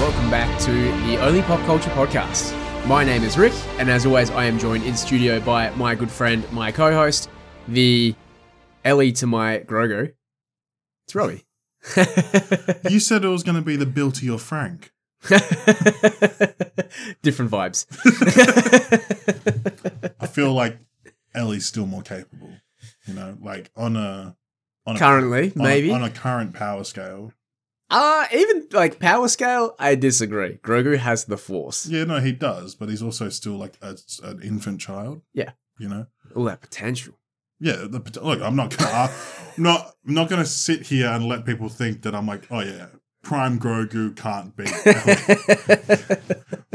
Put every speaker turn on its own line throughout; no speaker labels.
welcome back to the Only Pop Culture Podcast. My name is Rick, and as always, I am joined in studio by my good friend, my co host, the Ellie to my Grogu. It's Robbie.
You said it was going to be the Bill to your Frank.
Different vibes.
I feel like Ellie's still more capable. You know, like on a on a
Currently,
on a-
maybe.
on a current power scale.
Uh, even like power scale, I disagree. Grogu has the force.
Yeah, no, he does, but he's also still like a, an infant child.
Yeah.
you know.
All that potential.
Yeah, the, pot- look, I'm not gonna, i not, I'm not gonna sit here and let people think that I'm like, oh yeah, Prime Grogu can't beat. Ellie.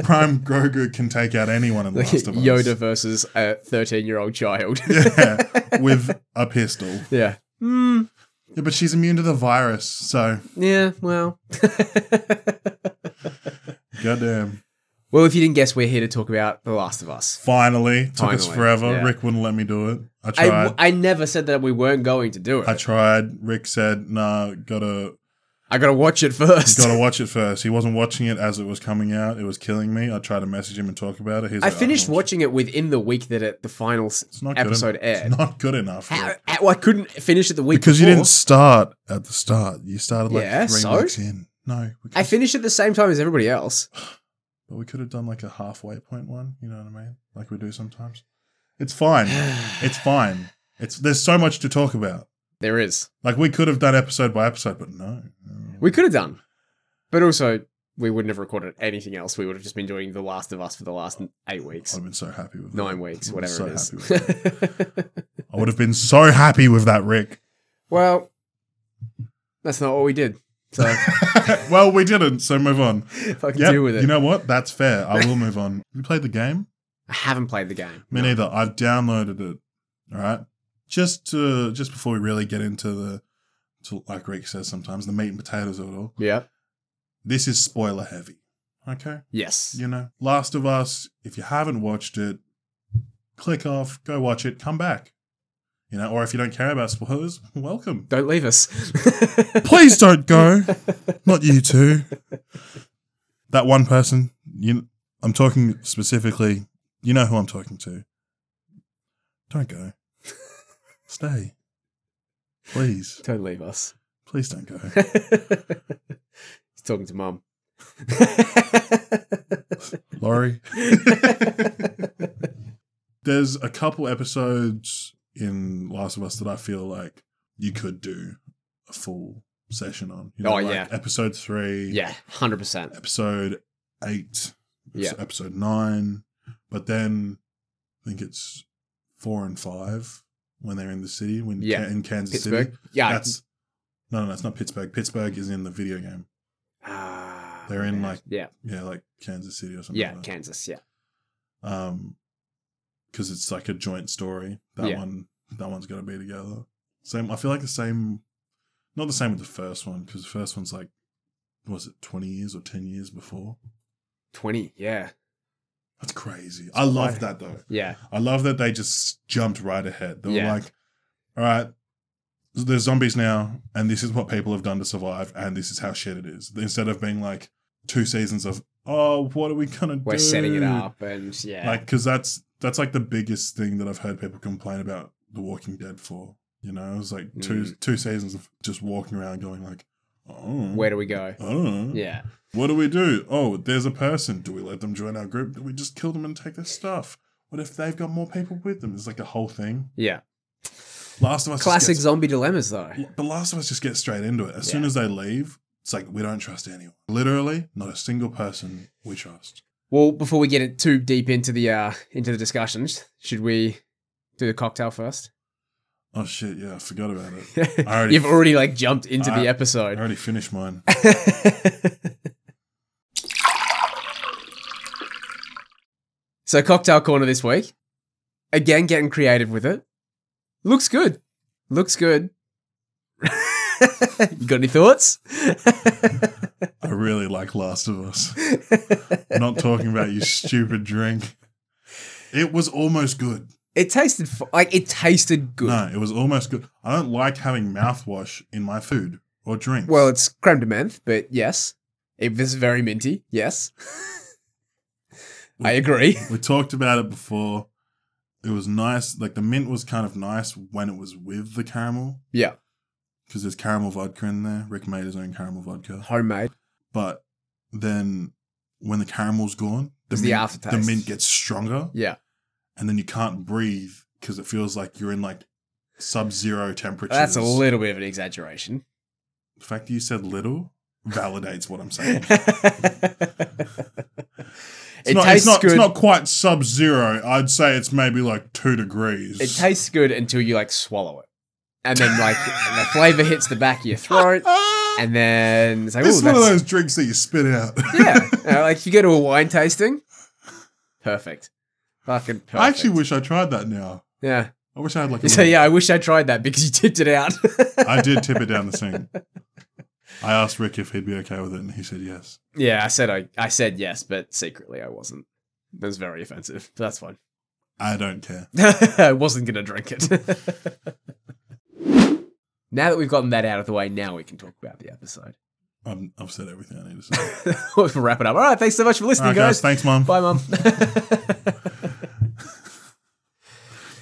Prime Grogu can take out anyone in the
Like
Last of Us.
Yoda versus a 13 year old child.
yeah, with a pistol.
yeah. Hmm.
Yeah, but she's immune to the virus, so
yeah, well.
goddamn.
well, if you didn't guess, we're here to talk about The Last of Us.
Finally, took us
Finally,
forever.
yeah.
Rick wouldn't let me do it. I
I,
tried.
w- I never said that we weren't going to do it.
I
I,
tried. Rick said, "Nah, gotta
gotta watch it first.
gotta watch it first. He wasn't watching it as it was coming out. It was killing me. I tried to message him and talk about it. He's
I
like, "Oh,
finished
"I'll watch
watching it within the week that it, the final s-
It's not good
episode
en-
aired.
It's not good enough.
How,
Rick.
how- I couldn't finish it the week
Because you
before.
didn't start at the start. You started like
Yeah,
three
so?
weeks in. No, we could,
I finished at the same time as everybody else.
but we could have done like a halfway point one. You know what I mean? Like we do sometimes. It's fine. it's fine. It's there's so much to talk about.
There is.
Like we could have done episode by episode, but no.
We could have done. But also, we wouldn't have recorded anything else. We would have just been doing The Last of Us for the last eight weeks,
I've been so happy with
nine
that.
weeks,
I'm
whatever
so
it is.
happy with that. I would have been so happy with that, Rick.
well, that's not what we did. So
well, we didn't, so move on.
fucking
Yep,
deal with it.
You know what? That's fair. I will move on. You played the game?
I haven't played the game.
Me neither. I've downloaded it. All right. Just to just before we really get into the to, like Rick says sometimes the meat and potatoes of it all.
Yeah.
This is spoiler heavy. Okay.
Yes.
You know, Last of Us. If you haven't watched it, click off, go watch it, come back. You know, or if you don't care about spoilers, welcome.
Don't leave us.
Please don't go. Not you two. That one person. You. I'm talking specifically. You know who I'm talking to. Don't go. Stay. Please,
Don't leave us.
please don't go.
He's talking to mum.
Laurie. There's a couple episodes in Last of Us that I feel like you could do a full session on. You
Oh,
like
yeah.
Episode three.
yeah, 100%.
Episode eight.
Yeah.
Episode nine. But then I think it's four and five when they're in the city, when
Yeah.
in Kansas
Pittsburgh.
City.
Yeah.
That's no, no, no, it's not Pittsburgh. Pittsburgh is in the video game.
Ah,
They're in, like-
Yeah.
Yeah, like Kansas City or something.
Yeah.
like that.
Kansas. Yeah.
um because it's like a joint story that
Yeah.
one that one's going to be together same i feel like the same not the same with the first one because the first one's like was it 20 years or 10 years before
20. Yeah.
that's crazy i love that though
Yeah.
i love that they just jumped right ahead they were
Yeah.
like all right there's zombies now and this is what people have done to survive and this is how shit it is instead of being like two seasons of oh what are we gonna do
We're setting it up and yeah.
like because that's that's like the biggest thing that i've heard people complain about the walking dead for you know it was like two
Mm.
two seasons of just walking around going like oh
where do we go?
oh
Yeah.
what do we do oh there's a person do we let them join our group do we just kill them and take their stuff what if they've got more people with them it's like a whole thing
Yeah.
last of us just
Classic
gets-
zombie dilemmas, though.
the last of us just get straight into it as soon
Yeah.
as they leave it's like we don't trust anyone literally not a single person we trust
Well, before we get it too deep into the uh into the discussions, should we do the cocktail first?
oh shit yeah i forgot about it already-
You've already like jumped into the
I- i
episode.
already finished mine
so cocktail corner this week. Again, getting creative with it. Looks good. Looks good. you got any thoughts?
I really like Last of Us. I'm not talking about your stupid drink. It was almost good.
It tasted f- like it tasted good.
No, it was almost good. I don't like having mouthwash in my food or drink.
Well, it's creme de menthe, but yes, It was very minty. Yes. I agree.
We talked about it before. It was nice. Like the mint was kind of nice when it was with the caramel
Yeah.
because there's caramel vodka in there. Rick made his own caramel vodka.
Homemade.
But then when the caramel's gone,
It's the aftertaste.
the mint gets stronger
Yeah.
and then you can't breathe because it feels like you're in like sub zero temperatures.
That's a little bit of an exaggeration.
The fact that you said little validates what I'm saying. It's
it
not, it's
tastes
not,
good.
It's not quite sub zero. I'd say it's maybe like two degrees.
It tastes good until you like swallow it, and then like the flavor hits the back of your throat,
Ah,
and then it's like,
it's
oh,
one of
that's
those drinks that you spit out.
yeah. You know, like if you go to a wine tasting, perfect, fucking perfect.
I actually wish I tried that now.
yeah.
I wish I had like.
You
A
say,
little-
yeah, I wish I tried that because you tipped it out.
I did tip it down the sink. I asked Rick if he'd be okay with it, and he said yes.
yeah, I said I, I said yes, but secretly I wasn't. It was very offensive. But that's fine.
I don't care.
I wasn't going to drink it. now that we've gotten that out of the way, now we can talk about the episode.
I'm, I've said everything I need to say.
we'll wrap it up. All right, thanks so much for
All
listening,
right, guys.
guys.
Thanks, mom.
Bye, Mum.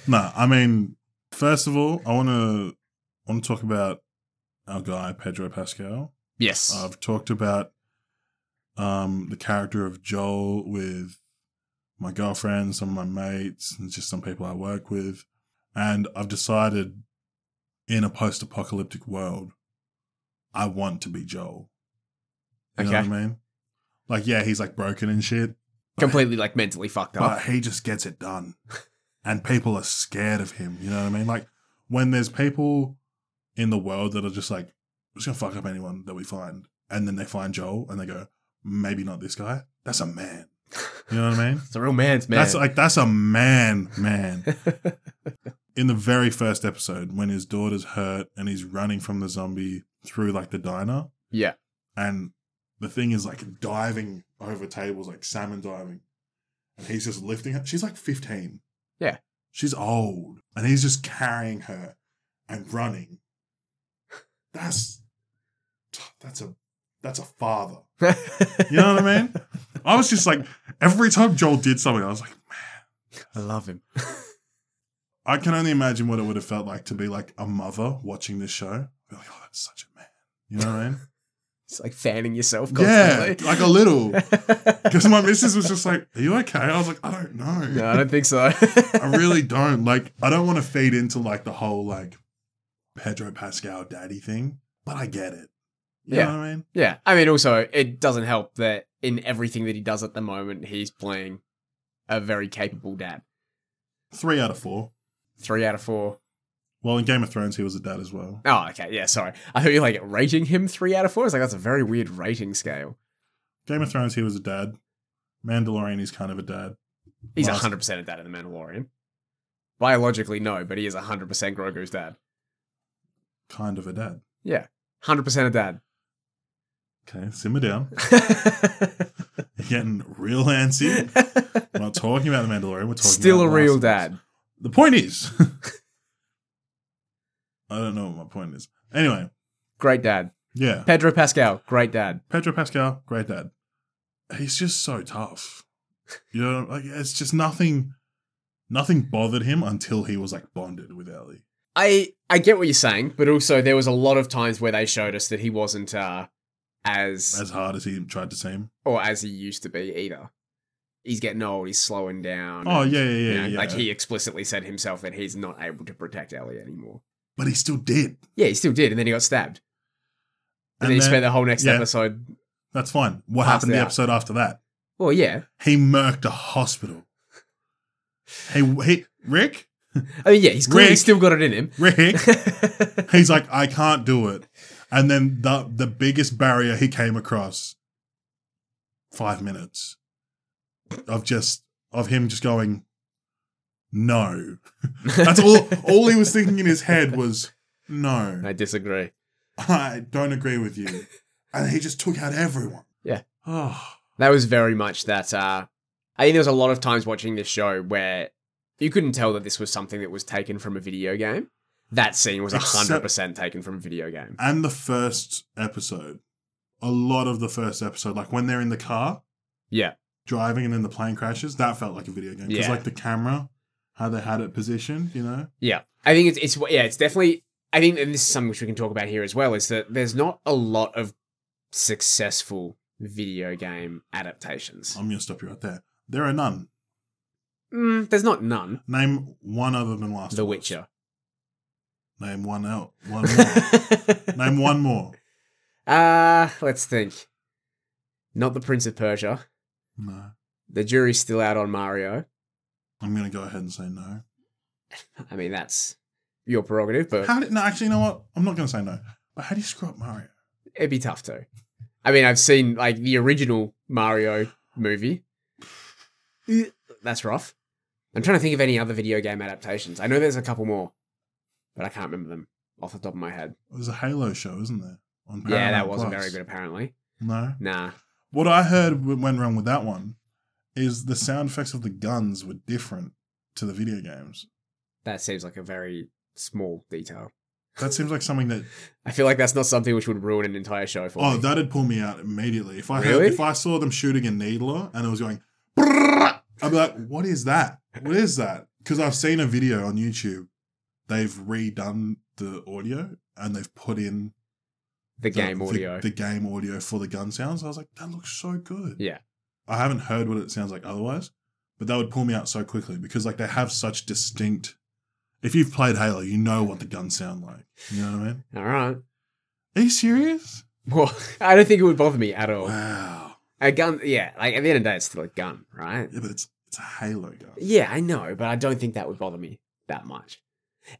No, I mean, first of all, I want to want to talk about our guy Pedro Pascal.
yes.
I've talked about um, the character of Joel with my girlfriend, some of my mates, and just some people I work with. And I've decided in a post apocalyptic world, I want to be Joel. You know
okay.
what I mean? Like, yeah, he's like broken and shit,
Completely like mentally fucked
but
up.
he just gets it done. and people are scared of him. You know what I mean? Like, when there's people in the world that are just like, we're just going to fuck up anyone that we find. And then they find Joel and they go, maybe not this guy. That's a man. You know what I mean?
It's a real man's man.
That's like, that's a man, man. in the very first episode when his daughter's hurt and he's running from the zombie through like the diner.
Yeah.
And the thing is like diving over tables, like salmon diving. And he's just lifting her. She's like 15.
Yeah.
She's old. And he's just carrying her and running. That's that's a that's a father. You know what I mean? I was just like every time Joel did something, I was like,
I love him.
I can only imagine what it would have felt like to be like a mother watching this show. Be like, oh, that's such a man. You know what I mean?
It's like fanning yourself
yeah,
constantly.
like a little. Because my missus was just like, "Are you okay?" I was like, "I don't know.
no, I don't think so.
I really don't." Like, I don't want to feed into like the whole like Pedro Pascal daddy thing, but I get it. You
Yeah.
know what I mean?
Yeah. I mean, also, it doesn't help that in everything that he does at the moment, he's playing a very capable dad.
Three out of four.
Three out of four.
Well, in Game of Thrones, he was a dad as well.
Oh, okay. Yeah, sorry. I thought you were like rating him three out of four. It's like, that's a very weird rating scale.
Game of Thrones, he was a dad. Mandalorian, he's kind of a dad.
He's
Last-
100% a dad in The Mandalorian. Biologically, no, but he is 100% Grogu's dad.
Kind of a dad.
100% a dad.
Okay, simmer down. You're getting real antsy. We're not talking about the Mandalorian. We're talking
Still a
about
real
Last of Us.
dad.
The point is, I don't know what my point is. Anyway,
Great dad.
yeah,
Pedro Pascal, great dad.
Pedro Pascal, great dad. He's just so tough. You know, like it's just nothing. Nothing bothered him until he was like bonded with Ellie.
I I get what you're saying, but also there was a lot of times where they showed us that he wasn't uh, as
As hard as he tried to seem.
or as he used to be either. He's getting old. He's slowing down.
Oh
and,
yeah, yeah,
you
yeah,
know,
yeah.
Like he explicitly said himself that he's not able to protect Ellie anymore.
but he still did.
Yeah, he still did, and then he got stabbed. And, then he
then-
spent the whole next
yeah.
episode.
That's fine. What
Passed
happened in the
out.
episode after that?
Well, yeah.
He murked a hospital. Hey, he, Rick,
I mean, yeah, he's clearly
Rick.
still got it in him.
Rick. He's like, I can't do it. And then the the biggest barrier he came across, five minutes of just of him just going, no. That's all. all he was thinking in his head was, no,
I disagree.
I don't agree with you. And he just took out everyone.
Yeah.
Oh,
That was very much that. Uh, I think there was a lot of times watching this show where you couldn't tell that this was something that was taken from a video game. That scene was
Except-
hundred percent taken from a video game.
and the first episode a lot of the first episode, like when they're in the car
Yeah.
driving and then the plane crashes, that felt like a video game because
Yeah.
like the camera, how they had it positioned, you know.
Yeah. I think it's it's yeah, it's definitely I think and this is something which we can talk about here as well, is that there's not a lot of successful video game adaptations.
I'm gonna stop you right there. There are none.
Mm, there's not none.
Name one other than Last.
The
of Us.
Witcher.
Name one out. One more. Name one more.
uh let's think. Not the Prince of Persia.
No.
The jury's still out on Mario.
I'm gonna go ahead and say no.
I mean that's your prerogative, but
How did? No, actually, you know what? I'm not gonna say no. But how do you screw up Mario?
it'd be tough to. I mean, I've seen like the original Mario movie. That's rough. I'm trying to think of any other video game adaptations. I know there's a couple more, but I can't remember them off the top of my head.
There's a Halo show, isn't there? On
yeah, that
Paramount
wasn't
Plus.
very good apparently.
No.
Nah.
What I heard w- went wrong with that one is the sound effects of the guns were different to the video games.
That seems like a very small detail.
That seems like something that
I feel like that's not something which would ruin an entire show for
oh
me.
that'd pull me out immediately if I
Really?
heard, if I saw them shooting a needler and it was going "Brrrr," I'd be like what is that what is that because I've seen a video on YouTube they've redone the audio and they've put in
the game audio.
the, game audio for the gun sounds I was like that looks so good
Yeah.
I haven't heard what it sounds like otherwise, but that would pull me out so quickly because like they have such distinct. If you've played Halo, you know what the guns sound like. You know what I mean?
All right.
Are you serious?
Well, I don't think it would bother me at all.
Wow.
A gun, yeah. Like at the end of the day, it's still a gun, right?
Yeah, but it's it's a Halo gun.
Yeah, I know, but I don't think that would bother me that much.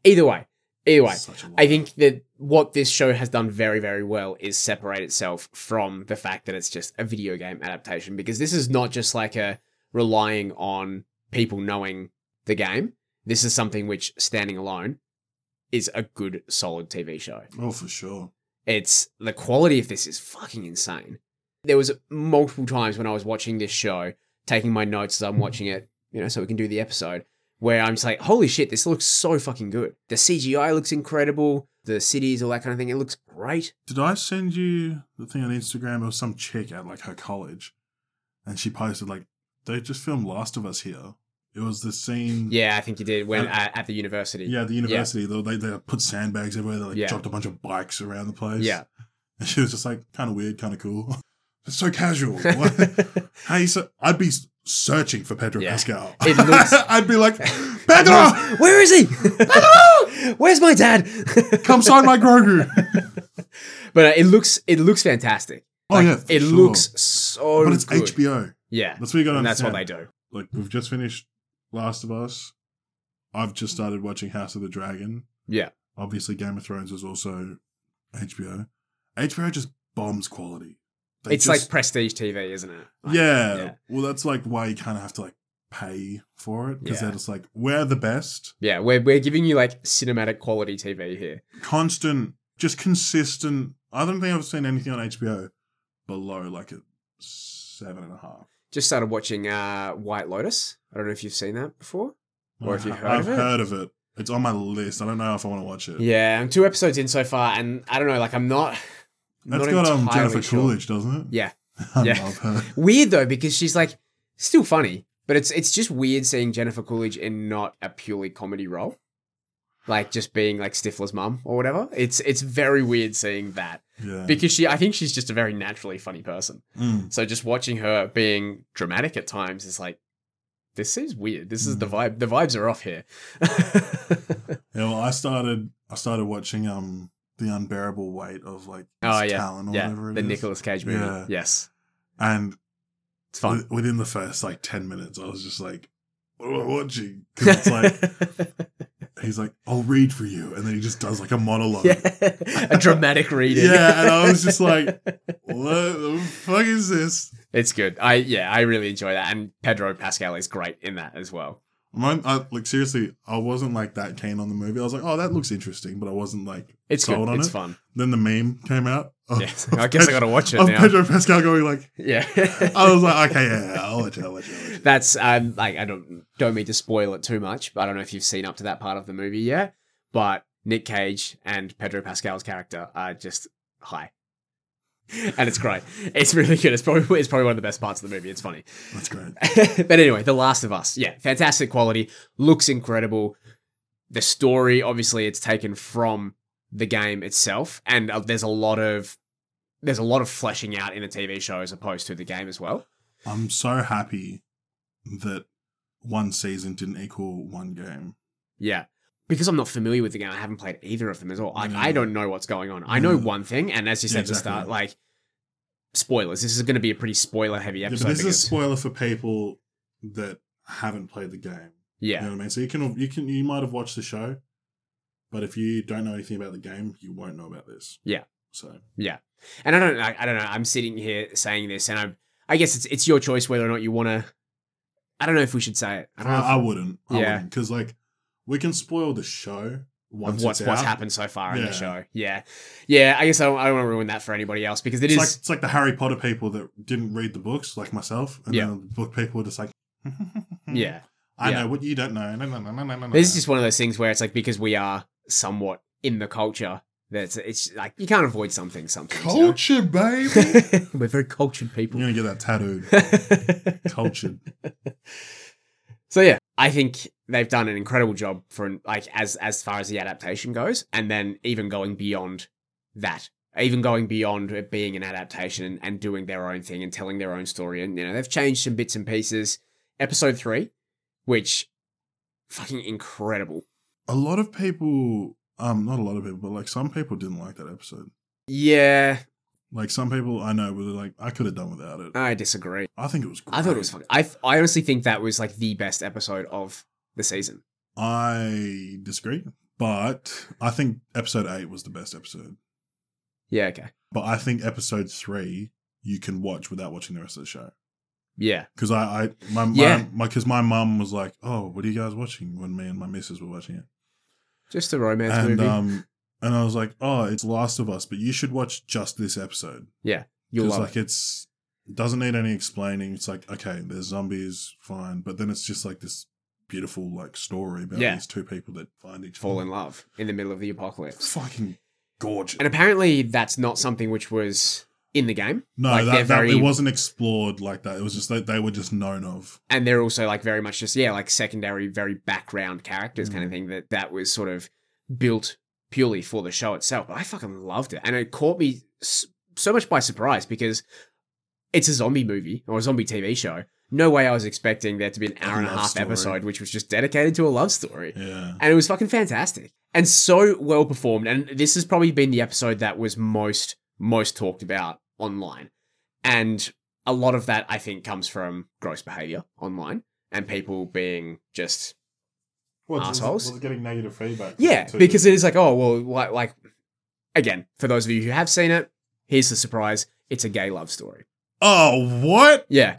Either way, either way,
Such a lot.
I think that what this show has done very, very well is separate itself from the fact that it's just a video game adaptation because this is not just like a relying on people knowing the game. This is something which, standing alone, is a good, solid TV show.
Oh, for sure.
It's the quality of this is fucking insane. There was multiple times when I was watching this show, taking my notes as I'm
Mm-hmm.
watching it, you know, so we can do the episode, where I'm just like, holy shit, this looks so fucking good. The CGI looks incredible, the cities, all that kind of thing, it looks great.
Did I send you the thing on Instagram of some chick at like her college, and she posted like they just filmed Last of Us here. It was the scene.
Yeah, I think you did when
Uh,
at, at the university.
Yeah, the university. They, they put sandbags everywhere. They like
Yeah.
dropped a bunch of bikes around the place.
Yeah.
And she was just like, kind of weird, kind of cool. It's so casual. What? How you so- I'd be s- searching for Pedro
Yeah.
Pascal.
It looks-
I'd be like, Pedro,
Where's- Where is he? Pedro! Where's my dad?
come sign my Grogu.
but uh, it looks it looks fantastic.
Oh,
Like,
yeah. for
it
sure.
looks so
But it's
good.
HBO.
Yeah,
That's what you got to
and that's
understand.
what they do.
Like, we've just finished Last of Us. I've just started watching House of the Dragon.
Mm-hmm. Yeah.
Obviously, Game of Thrones is also HBO. HBO just bombs quality. They
it's
just-
like prestige TV, isn't it? Like,
yeah.
yeah.
Well, that's like why you kind of have to like pay for it because
Yeah.
they're just like we're the best,
Yeah, we're, we're giving you like cinematic quality TV here.
constant, just consistent. I don't think I've seen anything on HBO below like a seven and a half.
Just started watching uh, White Lotus. I don't know if you've seen that before. Or if you've heard
I've
of it.
heard of it. It's on my list. I don't know if I want to watch it.
Yeah, I'm two episodes in so far, and I don't know, like I'm not.
that's
not
got um,
entirely
Jennifer
sure.
Coolidge, doesn't it?
Yeah.
I
Yeah.
love her.
Weird though, because she's like still funny, but it's it's just weird seeing Jennifer Coolidge in not a purely comedy role, like just being like Stifler's mum or whatever. It's it's very weird seeing that
Yeah.
because she I think she's just a very naturally funny person.
Mm.
So just watching her being dramatic at times is like, this seems weird. This is the
Hmm.
vibe. The vibes are off here.
Yeah. Well, I started. I started watching um the unbearable weight of like
Oh,
his
yeah.
Talon or
yeah,
whatever it
the
is.
Nicolas Cage movie.
Yeah.
Yes,
and
it's fun.
Wi- Within the first like ten minutes, I was just like, "What am I watching?" 'Cause it's like he's like, "I'll read for you," and then he just does like a monologue.
yeah, a dramatic reading.
Yeah, and I was just like- What the fuck is this?
it's good. I yeah, I really enjoy that, and Pedro Pascal is great in that as well.
Mine, I, like seriously, I wasn't like that keen on the movie. I was like, "Oh, that looks interesting," but I wasn't like.
It's
Sold
good.
on
It's
it?
fun.
Then the meme came out. Of,
Yes, I guess I
Ped-
gotta watch it
of
now.
Pedro Pascal going like,
yeah.
I was like, "Okay, yeah, yeah, I'll watch it. I'll watch it." I'll watch it."
That's um, like I don't don't mean to spoil it too much, but I don't know if you've seen up to that part of the movie yet. But Nick Cage and Pedro Pascal's character are just high. and it's great. It's really good. It's probably it's probably one of the best parts of the movie. It's funny.
That's great.
but anyway, The Last of Us. Yeah, fantastic quality. Looks incredible. The story, obviously, it's taken from the game itself, and uh, there's a lot of there's a lot of fleshing out in a TV show as opposed to the game as well.
I'm so happy that one season didn't equal one game.
Yeah. Because I'm not familiar with the game, I haven't played either of them at all. Like,
No.
I don't know what's going on. I know
No.
one thing, and as you said
Yeah,
at the
Mm. exactly.
start, like spoilers. This is going to be a pretty spoiler heavy
Yeah,
episode.
but this is
because-
a spoiler for people that haven't played the game. You
yeah,
know what I mean? So you can you can you might have watched the show, but if you don't know anything about the game, you won't know about this.
Yeah.
So
and I don't, I, I don't know. I'm sitting here saying this, and I'm, I guess it's it's your choice whether or not you want to. I don't know if we should say it. I
I,
don't know. if-
I wouldn't.
Yeah.
I wouldn't. Because like we can spoil the show once
of what's
it's
what's
out.
happened so far in the
Yeah.
show. Yeah, yeah. I guess I don't, I don't want to ruin that for anybody else because it
it's
is.
like it's like the Harry Potter people that didn't read the books, like myself, and
Yeah.
then the book people are just like,
yeah,
I
Yeah.
know what you don't know. No, no, no, no, no, no.
this is just one of those things where it's like because we are somewhat in the culture that's it's like you can't avoid something. Sometimes you know?
culture, baby.
We're very cultured
You're
people.
gonna get that tattooed. Cultured.
So yeah, I think they've done an incredible job for like as as far as the adaptation goes, and then even going beyond that, even going beyond it being an adaptation and, and doing their own thing and telling their own story, and you know they've changed some bits and pieces. Episode three, which fucking incredible.
A lot of people, um, not a lot of people, but like some people didn't like that episode.
Yeah,
Like some people I know were like, I could have done without it.
I disagree.
I think it was. Great.
I thought it was fucking. I I honestly think that was like the best episode of the season.
I disagree, but I think episode eight was the best episode.
Yeah. Okay.
But I think episode three you can watch without watching the rest of the show.
Yeah.
Because I, I my, my,
Yeah.
my, because my mum was like, "Oh, what are you guys watching?" When me and my missus were watching it,
Just a romance
and
movie.
um, and I was like, "Oh, it's Last of Us," but you should watch just this episode.
You'll
Because,
love
like
it.
it's it doesn't need any explaining. It's like okay, there's zombies, fine, but then it's just like this beautiful like story about
Yeah.
these two people that find each
fall
other.
in love in the middle of the apocalypse.
Fucking gorgeous.
And apparently, that's not something which was in the game.
no,
like, they're
that, that
very-
it wasn't explored like that. It was just that they were just known of.
And they're also like very much just, yeah, like secondary, very background characters kind
Mm.
of thing that that was sort of built purely for the show itself. But I fucking loved it. And it caught me s- so much by surprise because it's a zombie movie or a zombie TV show. No way I was expecting there to be an hour and a
love
half
story.
episode which was just dedicated to a love story.
Yeah,
and it was fucking fantastic and so well performed and this has probably been the episode that was most most talked about online and a lot of that i think comes from gross behavior online and people being just
well,
it's- Assholes? was it
getting negative feedback?
yeah because it is like oh well like, like again for those of you who have seen it here's the surprise it's a gay love story
oh what?
Yeah.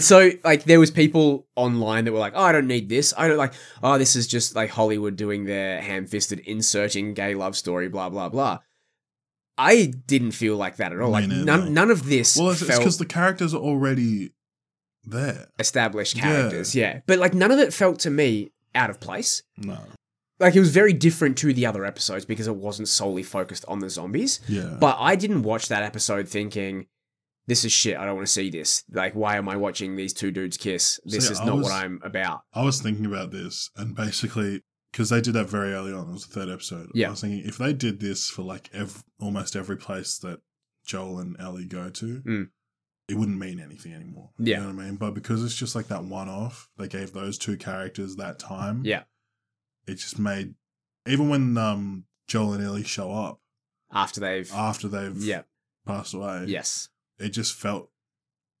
so like there was people online that were like, "Oh, I don't need this. I don't like. Oh, this is just like Hollywood doing their ham-fisted inserting gay love story, blah blah blah." I didn't feel like that at all.
Me
Like
neither.
none, none of this
Well, it's
felt
because the characters are already there.
established
Yeah.
characters. yeah, but like none of it felt to me out of place.
No,
Like it was very different to the other episodes because it wasn't solely focused on the zombies.
yeah,
But I didn't watch that episode thinking, this is shit. I don't want to see this. Like, why am I watching these two dudes kiss? This
See,
is
I
not
was-
what I'm about.
I was thinking about this, and basically, because they did that very early on, it was the third episode.
Yeah.
I was thinking if they did this for like ev- almost every place that Joel and Ellie go to,
Mm.
it wouldn't mean anything anymore.
Yeah.
You know what I mean? But because it's just like that one off, they gave those two characters that time.
Yeah.
It just made, even when um, Joel and Ellie show up
After they've.
after they've
yeah.
passed away,
Yes.
it just felt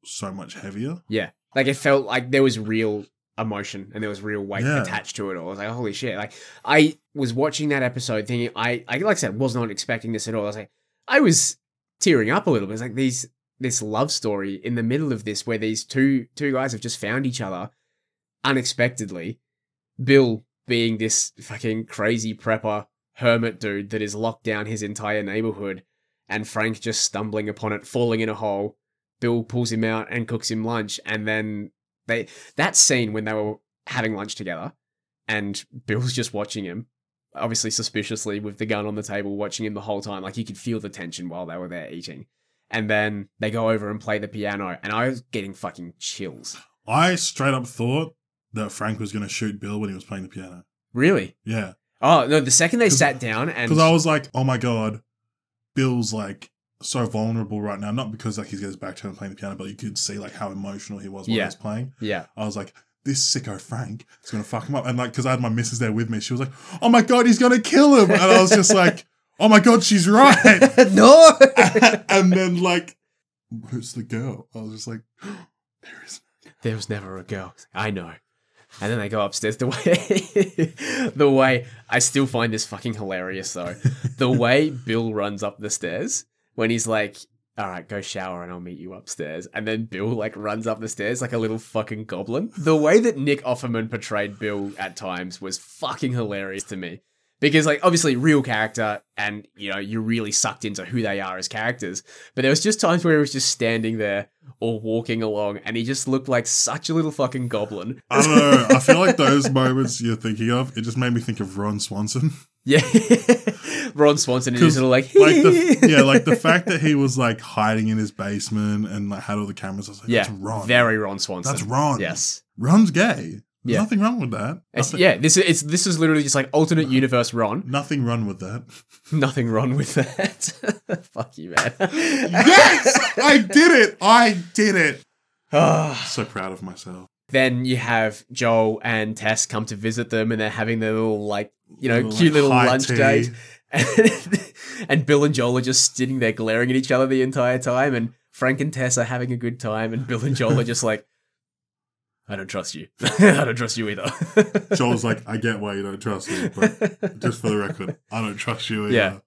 so much heavier.
Like, it felt like there was real emotion and there was real weight
Yeah.
attached to it all. I was like, holy shit. Like, I was watching that episode thinking, I, I, like I said, was not expecting this at all. I was like, I was tearing up a little bit. It's like these. This love story in the middle of this, where these two two guys have just found each other unexpectedly, Bill being this fucking crazy prepper hermit dude that has locked down his entire neighborhood, and Frank just stumbling upon it, falling in a hole. Bill pulls him out and cooks him lunch, and then they that scene when they were having lunch together, and Bill's just watching him. obviously suspiciously with the gun on the table, watching him the whole time. Like you could feel the tension while they were there eating. And then they go over and play the piano, and I was getting fucking chills.
I straight up thought that Frank was going to shoot Bill when he was playing the piano.
Really?
Yeah.
Oh no! The second they
'Cause-
sat down and
Because I was like, oh my God, Bill's like so vulnerable right now. Not because like he's got his back to him playing the piano, but you could see like how emotional he was while
Yeah.
he was playing.
yeah,
I was like, this sicko Frank is gonna fuck him up. And like, because I had my missus there with me, she was like, oh my god, he's gonna kill him. And I was just like, oh my god, she's right.
no,
and then like, who's the girl? I was just like, there is.
There was never a girl. I know. And then they go upstairs. The way, the way I still find this fucking hilarious though. The way Bill runs up the stairs when he's like, "All right, go shower and I'll meet you upstairs." And then Bill like runs up the stairs like a little fucking goblin. The way that Nick Offerman portrayed Bill at times was fucking hilarious to me. Because like obviously real character and you know you're really sucked into who they are as characters, but there was just times where he was just standing there or walking along, and he just looked like such a little fucking goblin.
I don't know. I feel like those moments you're thinking of, it just made me think of Ron Swanson.
Yeah, Ron Swanson is
'Cause,
sort of like,
Like the yeah, like the fact that he was like hiding in his basement and like had all the cameras. I was like,
yeah,
that's Ron.
very Ron Swanson.
that's Ron.
Yes,
Ron's gay. There's
Yeah.
nothing wrong with that.
It's-
Nothing,
yeah. This is it's this is literally just like alternate universe Ron.
nothing wrong with that.
Nothing wrong with that. Fuck you, man.
Yes, I did it. I did it.
Ah.
So proud of myself.
then you have Joel and Tess come to visit them, and they're having their little like you know
Little,
cute
like,
little
high
lunch
tea.
date. and, and Bill and Joel are just sitting there glaring at each other the entire time, and Frank and Tess are having a good time, and Bill and Joel are just like, "I don't trust you. I don't trust you either."
Joel's like, I get why you don't trust me, but just for the record, I don't trust you either.
Yeah.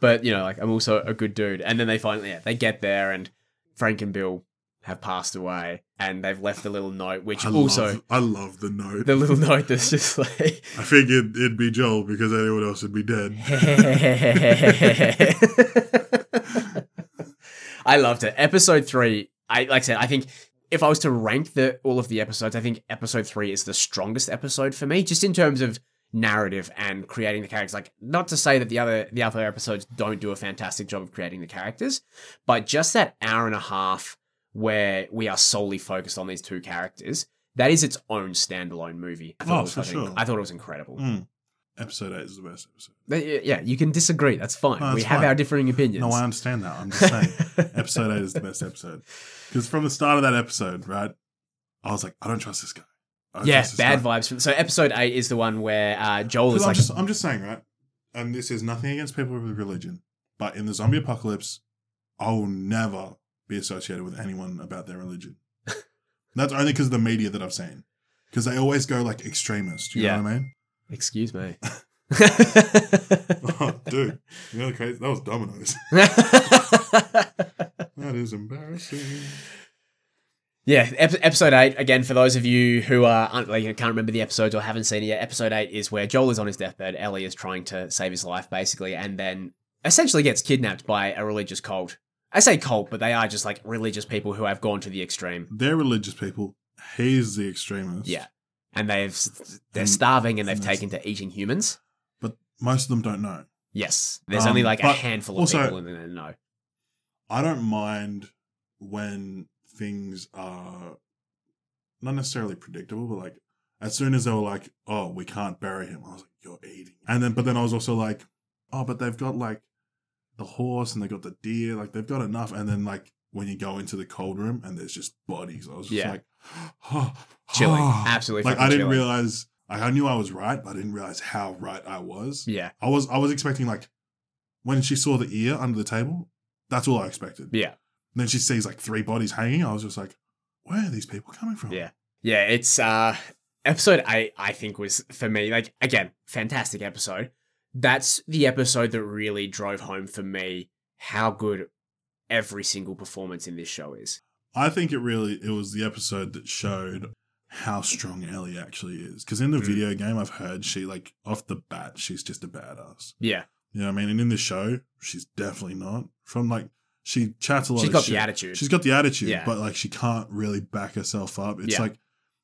but you know, like I'm also a good dude. And then they finally, yeah, they get there, and Frank and Bill have passed away, and they've left a little note, which
I
also
love, I love the note.
the little note that's just like.
I figured it'd be Joel because anyone else would be dead.
I loved it. Episode three, I like I said, I think if I was to rank the all of the episodes, I think episode three is the strongest episode for me, just in terms of narrative and creating the characters. Like, not to say that the other the other episodes don't do a fantastic job of creating the characters, but just that hour and a half where we are solely focused on these two characters, that is its own standalone movie. I thought
Oh,
it was
for
fucking-
sure.
I thought it was incredible.
Mm. Episode eight is the best episode.
Uh, y- Yeah, you can disagree. That's fine.
No,
we
that's
have
fine.
our differing opinions.
No, I understand that. I'm just saying, episode eight is the best episode because from the start of that episode, right? I was like, I don't trust this guy. I don't
yeah,
trust this
bad
guy.
vibes. From, so episode eight is the one where uh, Joel
'Cause
is
I'm,
like,
just, I'm just saying, right? And this is nothing against people with religion, but in the zombie apocalypse, I will never be associated with anyone about their religion. That's only because of the media that I've seen, because they always go like extremist. You
Yeah.
know what I mean?
"Excuse me."
Oh, dude, you know the crazy? That was Domino's. that is embarrassing.
yeah, ep- episode eight again. For those of you who are un- like, you know, can't remember the episodes or haven't seen it yet, episode eight is where Joel is on his deathbed. Ellie is trying to save his life, basically, and then essentially gets kidnapped by a religious cult. I say cult, but they are just like religious people who have gone to the extreme.
They're religious people. He's the extremist.
Yeah. And they've they're
And-
starving and they've
and Mm, that's-
taken to eating humans.
but most of them don't know.
Yes. There's
Um,
only like a
but
handful of
also-
people in there no.
I don't mind when things are not necessarily predictable, but like as soon as they were like, "Oh, we can't bury him," I was like, "You're eating," and then but then I was also like, "Oh, but they've got like the horse and they got the deer, like they've got enough," and then like when you go into the cold room and there's just bodies, I was just
Yeah.
like, oh,
Chilling.
oh.
Absolutely.
Like
fucking
I didn't
chilling.
realize, like I knew I was right, but I didn't realize how right I was.
Yeah.
I was I was expecting like when she saw the ear under the table, that's all I expected.
Yeah.
And then she sees like three bodies hanging. I was just like, where are these people coming from?
Yeah. Yeah, it's uh episode eight, I think was for me, like again, fantastic episode. That's the episode that really drove home for me how good every single performance in this show is.
I think it really it was the episode that showed how strong Ellie actually is. Because in the
Mm.
video game, I've heard she like off the bat, she's just a badass.
Yeah.
You know what I mean? And in the show, she's definitely not. From like she chats a lot.
She's
of
got
shit.
the attitude.
She's got the attitude,
Yeah.
but like she can't really back herself up. It's
Yeah.
like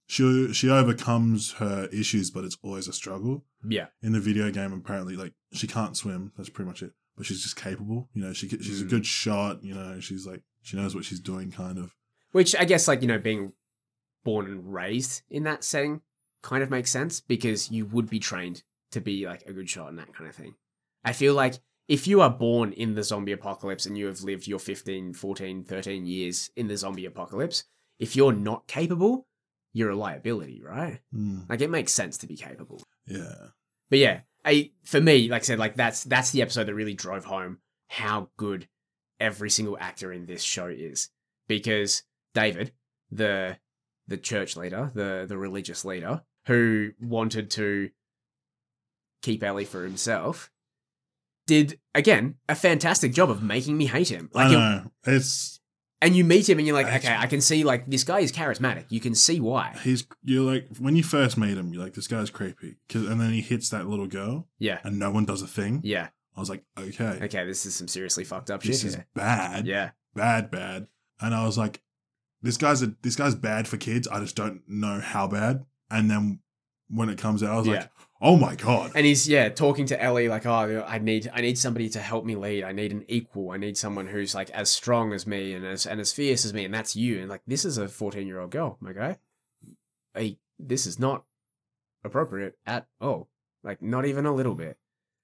she she overcomes her issues, but it's always a struggle.
Yeah.
In the video game, apparently, like she can't swim. That's pretty much it. But she's just capable. You know, she ca- she's a
Mm.
good shot. You know, she's like she knows what she's doing, kind of.
Which I guess, like, you know, being born and raised in that setting kind of makes sense because you would be trained to be like a good shot and that kind of thing. I feel like if you are born in the zombie apocalypse and you have lived your 15, 14, 13 years in the zombie apocalypse, if you're not capable, you're a liability, right?
Mm,
Like, it makes sense to be capable.
yeah,
But yeah, I for me, like I said, like that's that's the episode that really drove home how good every single actor in this show is. Because David, the the church leader, the the religious leader, who wanted to keep Ellie for himself, did again a fantastic job of making me hate him. Like
I
it-
know. It's
and you meet him and you're like,
Uh, I-
okay, I can see like this guy is charismatic. You can see why.
he's you're like when you first meet him, you're like this guy's creepy, 'Cause- and then he hits that little girl,
Yeah.
and no one does a thing.
Yeah.
I was like, okay,
Okay, this is some seriously fucked up shit.
this is
here.
bad,
Yeah.
bad, bad. And I was like, this guy's a this guy's bad for kids. I just don't know how bad. And then when it comes out, I was
Yeah.
like, oh my god,
and he's yeah talking to Ellie like oh I need I need somebody to help me lead I need an equal I need someone who's like as strong as me and as and as fierce as me and that's you and like this is a 14 year old girl my guy I, this is not appropriate at all like not even a little bit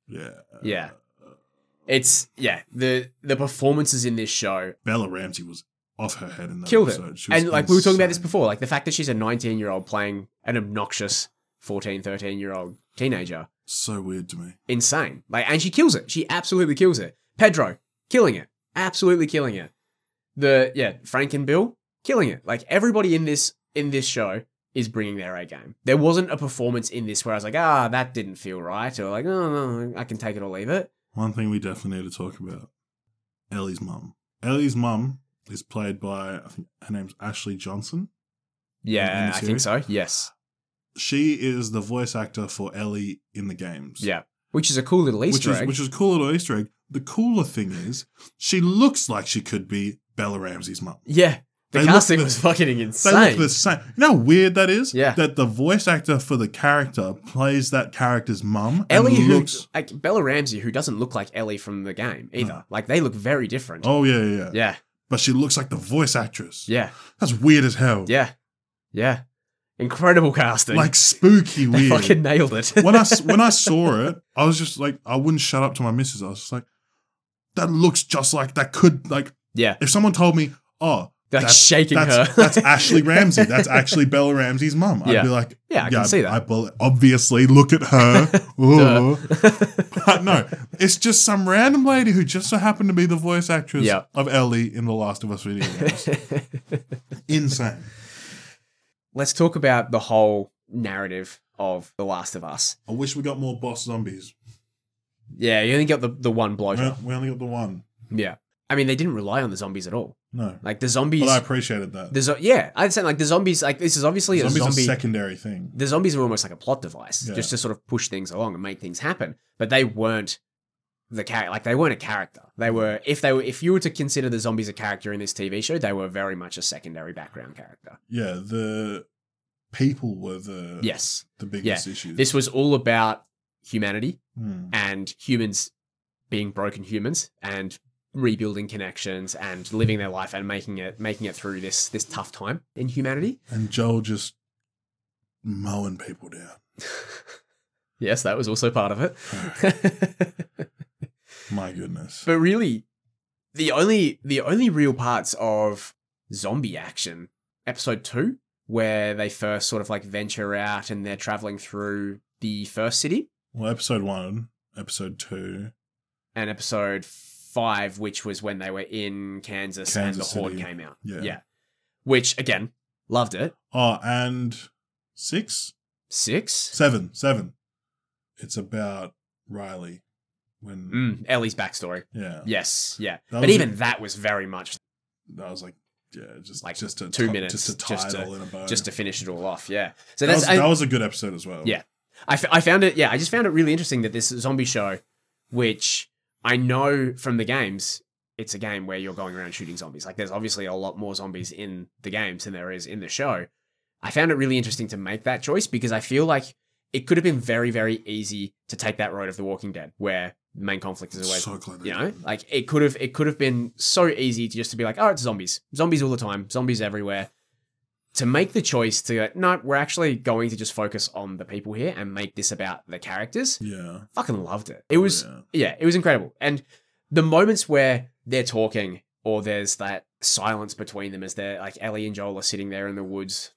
yeah,
Yeah. it's yeah the the performances in this show
Bella Ramsey was off her head in that
Killed it.
episode. She was
and like we were talking about this
insane.
before like the fact that she's a 19 year old playing an obnoxious 14 13 year old teenager
So weird to me.
insane. Like, and she kills it. She absolutely kills it. Pedro, killing it. Absolutely killing it. The yeah, Frank and Bill, killing it. Like everybody in this in this show is bringing their A game. There wasn't a performance in this where I was like, ah, that didn't feel right, or like, oh, no, I can take it or leave it.
One thing we definitely need to talk about Ellie's mum. Ellie's mum is played by, I think her name's Ashley Johnson.
Yeah,
In the
I think
series?
so. Yes,
She is the voice actor for Ellie in the games.
yeah, which is a cool little Easter
which is,
egg.
Which is a cool little Easter egg. The cooler thing is, she looks like she could be Bella Ramsey's mum.
yeah, the
They look
casting
the-
was fucking
They
insane.
look the same. You know how weird that is?
Yeah.
That the voice actor for the character plays that character's mum and
Ellie, who,
looks.
like Bella Ramsey, who doesn't look like Ellie from the game either.
No.
Like they look very different.
Oh, yeah, yeah, yeah.
Yeah,
But she looks like the voice actress.
yeah.
That's weird as hell.
Yeah. Yeah. Incredible casting.
Like spooky
they
weird.
fucking nailed it.
when I s- when I saw it, I was just like, I wouldn't shut up to my missus. I was just like, that looks just like that could like
yeah.
if someone told me, oh,
Like
That's-
shaking
that's
her.
that's Ashley Ramsey, that's actually Bella Ramsey's mum. I'd
Yeah.
be like,
Yeah, I can see that.
I bel- obviously, look at her. Ooh. But no, it's just some random lady who just so happened to be the voice actress
Yeah.
of Ellie in the Last of Us video game. Insane.
Let's talk about the whole narrative of The Last of Us.
I wish we got more boss zombies.
Yeah, you only got the, the one
We
blowjob.
we only got the one.
Yeah. I mean, they didn't rely on the zombies at all.
No,
Like the zombies,
but I appreciated that.
the zo- yeah, I understand. Like the zombies, like this is obviously
Zombies
a
are
zombie
secondary thing.
the zombies are almost like a plot device
Yeah.
just to sort of push things along and make things happen but they weren't the character like they weren't a character they were if they were if you were to consider the zombies a character in this tv show they were very much a secondary background character
yeah, the people were the
yes
the biggest issue.
this was all about humanity
Hmm.
and humans being broken humans and rebuilding connections and living their life and making it making it through this this tough time in humanity
and Joel just mowing people down.
yes that was also part of it
My goodness,
But really, the only the only real parts of zombie action, episode two, where they first sort of like venture out and they're traveling through the first city,
well, episode one, episode two,
and episode five, which was when they were in Kansas, and the
Kansas
horde
City.
came out.
Yeah.
Which again, loved it.
oh, and six,
Six.
seven, seven. It's about Riley when
Mm, Ellie's backstory.
yeah,
Yes, yeah.
That
but
was-
even that was very much
that was like yeah, just
Like,
just to
two
ti-
minutes,
just to tie
just
it
to-
all in a bow.
just to finish it all off. Yeah. So
Uh, that,
that's
was,
I-
that was a good episode as well.
Yeah. I, f- I found it, yeah, I just found it really interesting that this zombie show, which I know from the games, it's a game where you're going around shooting zombies. Like, there's obviously a lot more zombies in the games than there is in the show. I found it really interesting to make that choice because I feel like it could have been very, very easy to take that road of The Walking Dead, where the main conflict is always
so glad. they
you know
didn't.
like it could have it could have been so easy to just to be like oh it's zombies zombies all the time zombies everywhere to make the choice to go, no we're actually going to just focus on the people here and make this about the characters
yeah,
fucking loved it it was
yeah.
yeah it was incredible and the moments where they're talking or there's that silence between them as they're like ellie and joel are sitting there in the woods